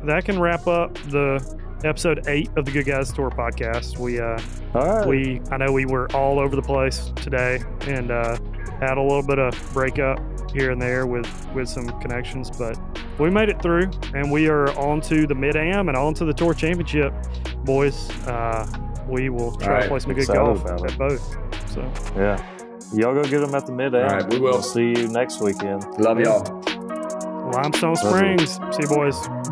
Speaker 1: that can wrap up the episode eight of the Good Guys Tour podcast. We uh,
Speaker 4: All right.
Speaker 1: we I know we were all over the place today and uh, had a little bit of breakup here and there with with some connections, but we made it through and we are on to the mid am and on to the tour championship, boys. Uh, we will try to
Speaker 3: right,
Speaker 1: play some good
Speaker 4: excited
Speaker 1: golf
Speaker 4: about it.
Speaker 1: at both. So
Speaker 4: yeah. Y'all go get them at the mid
Speaker 3: All right, we will.
Speaker 4: See you next weekend.
Speaker 3: Love y'all.
Speaker 1: Limestone
Speaker 4: Love you.
Speaker 1: Springs, see you boys.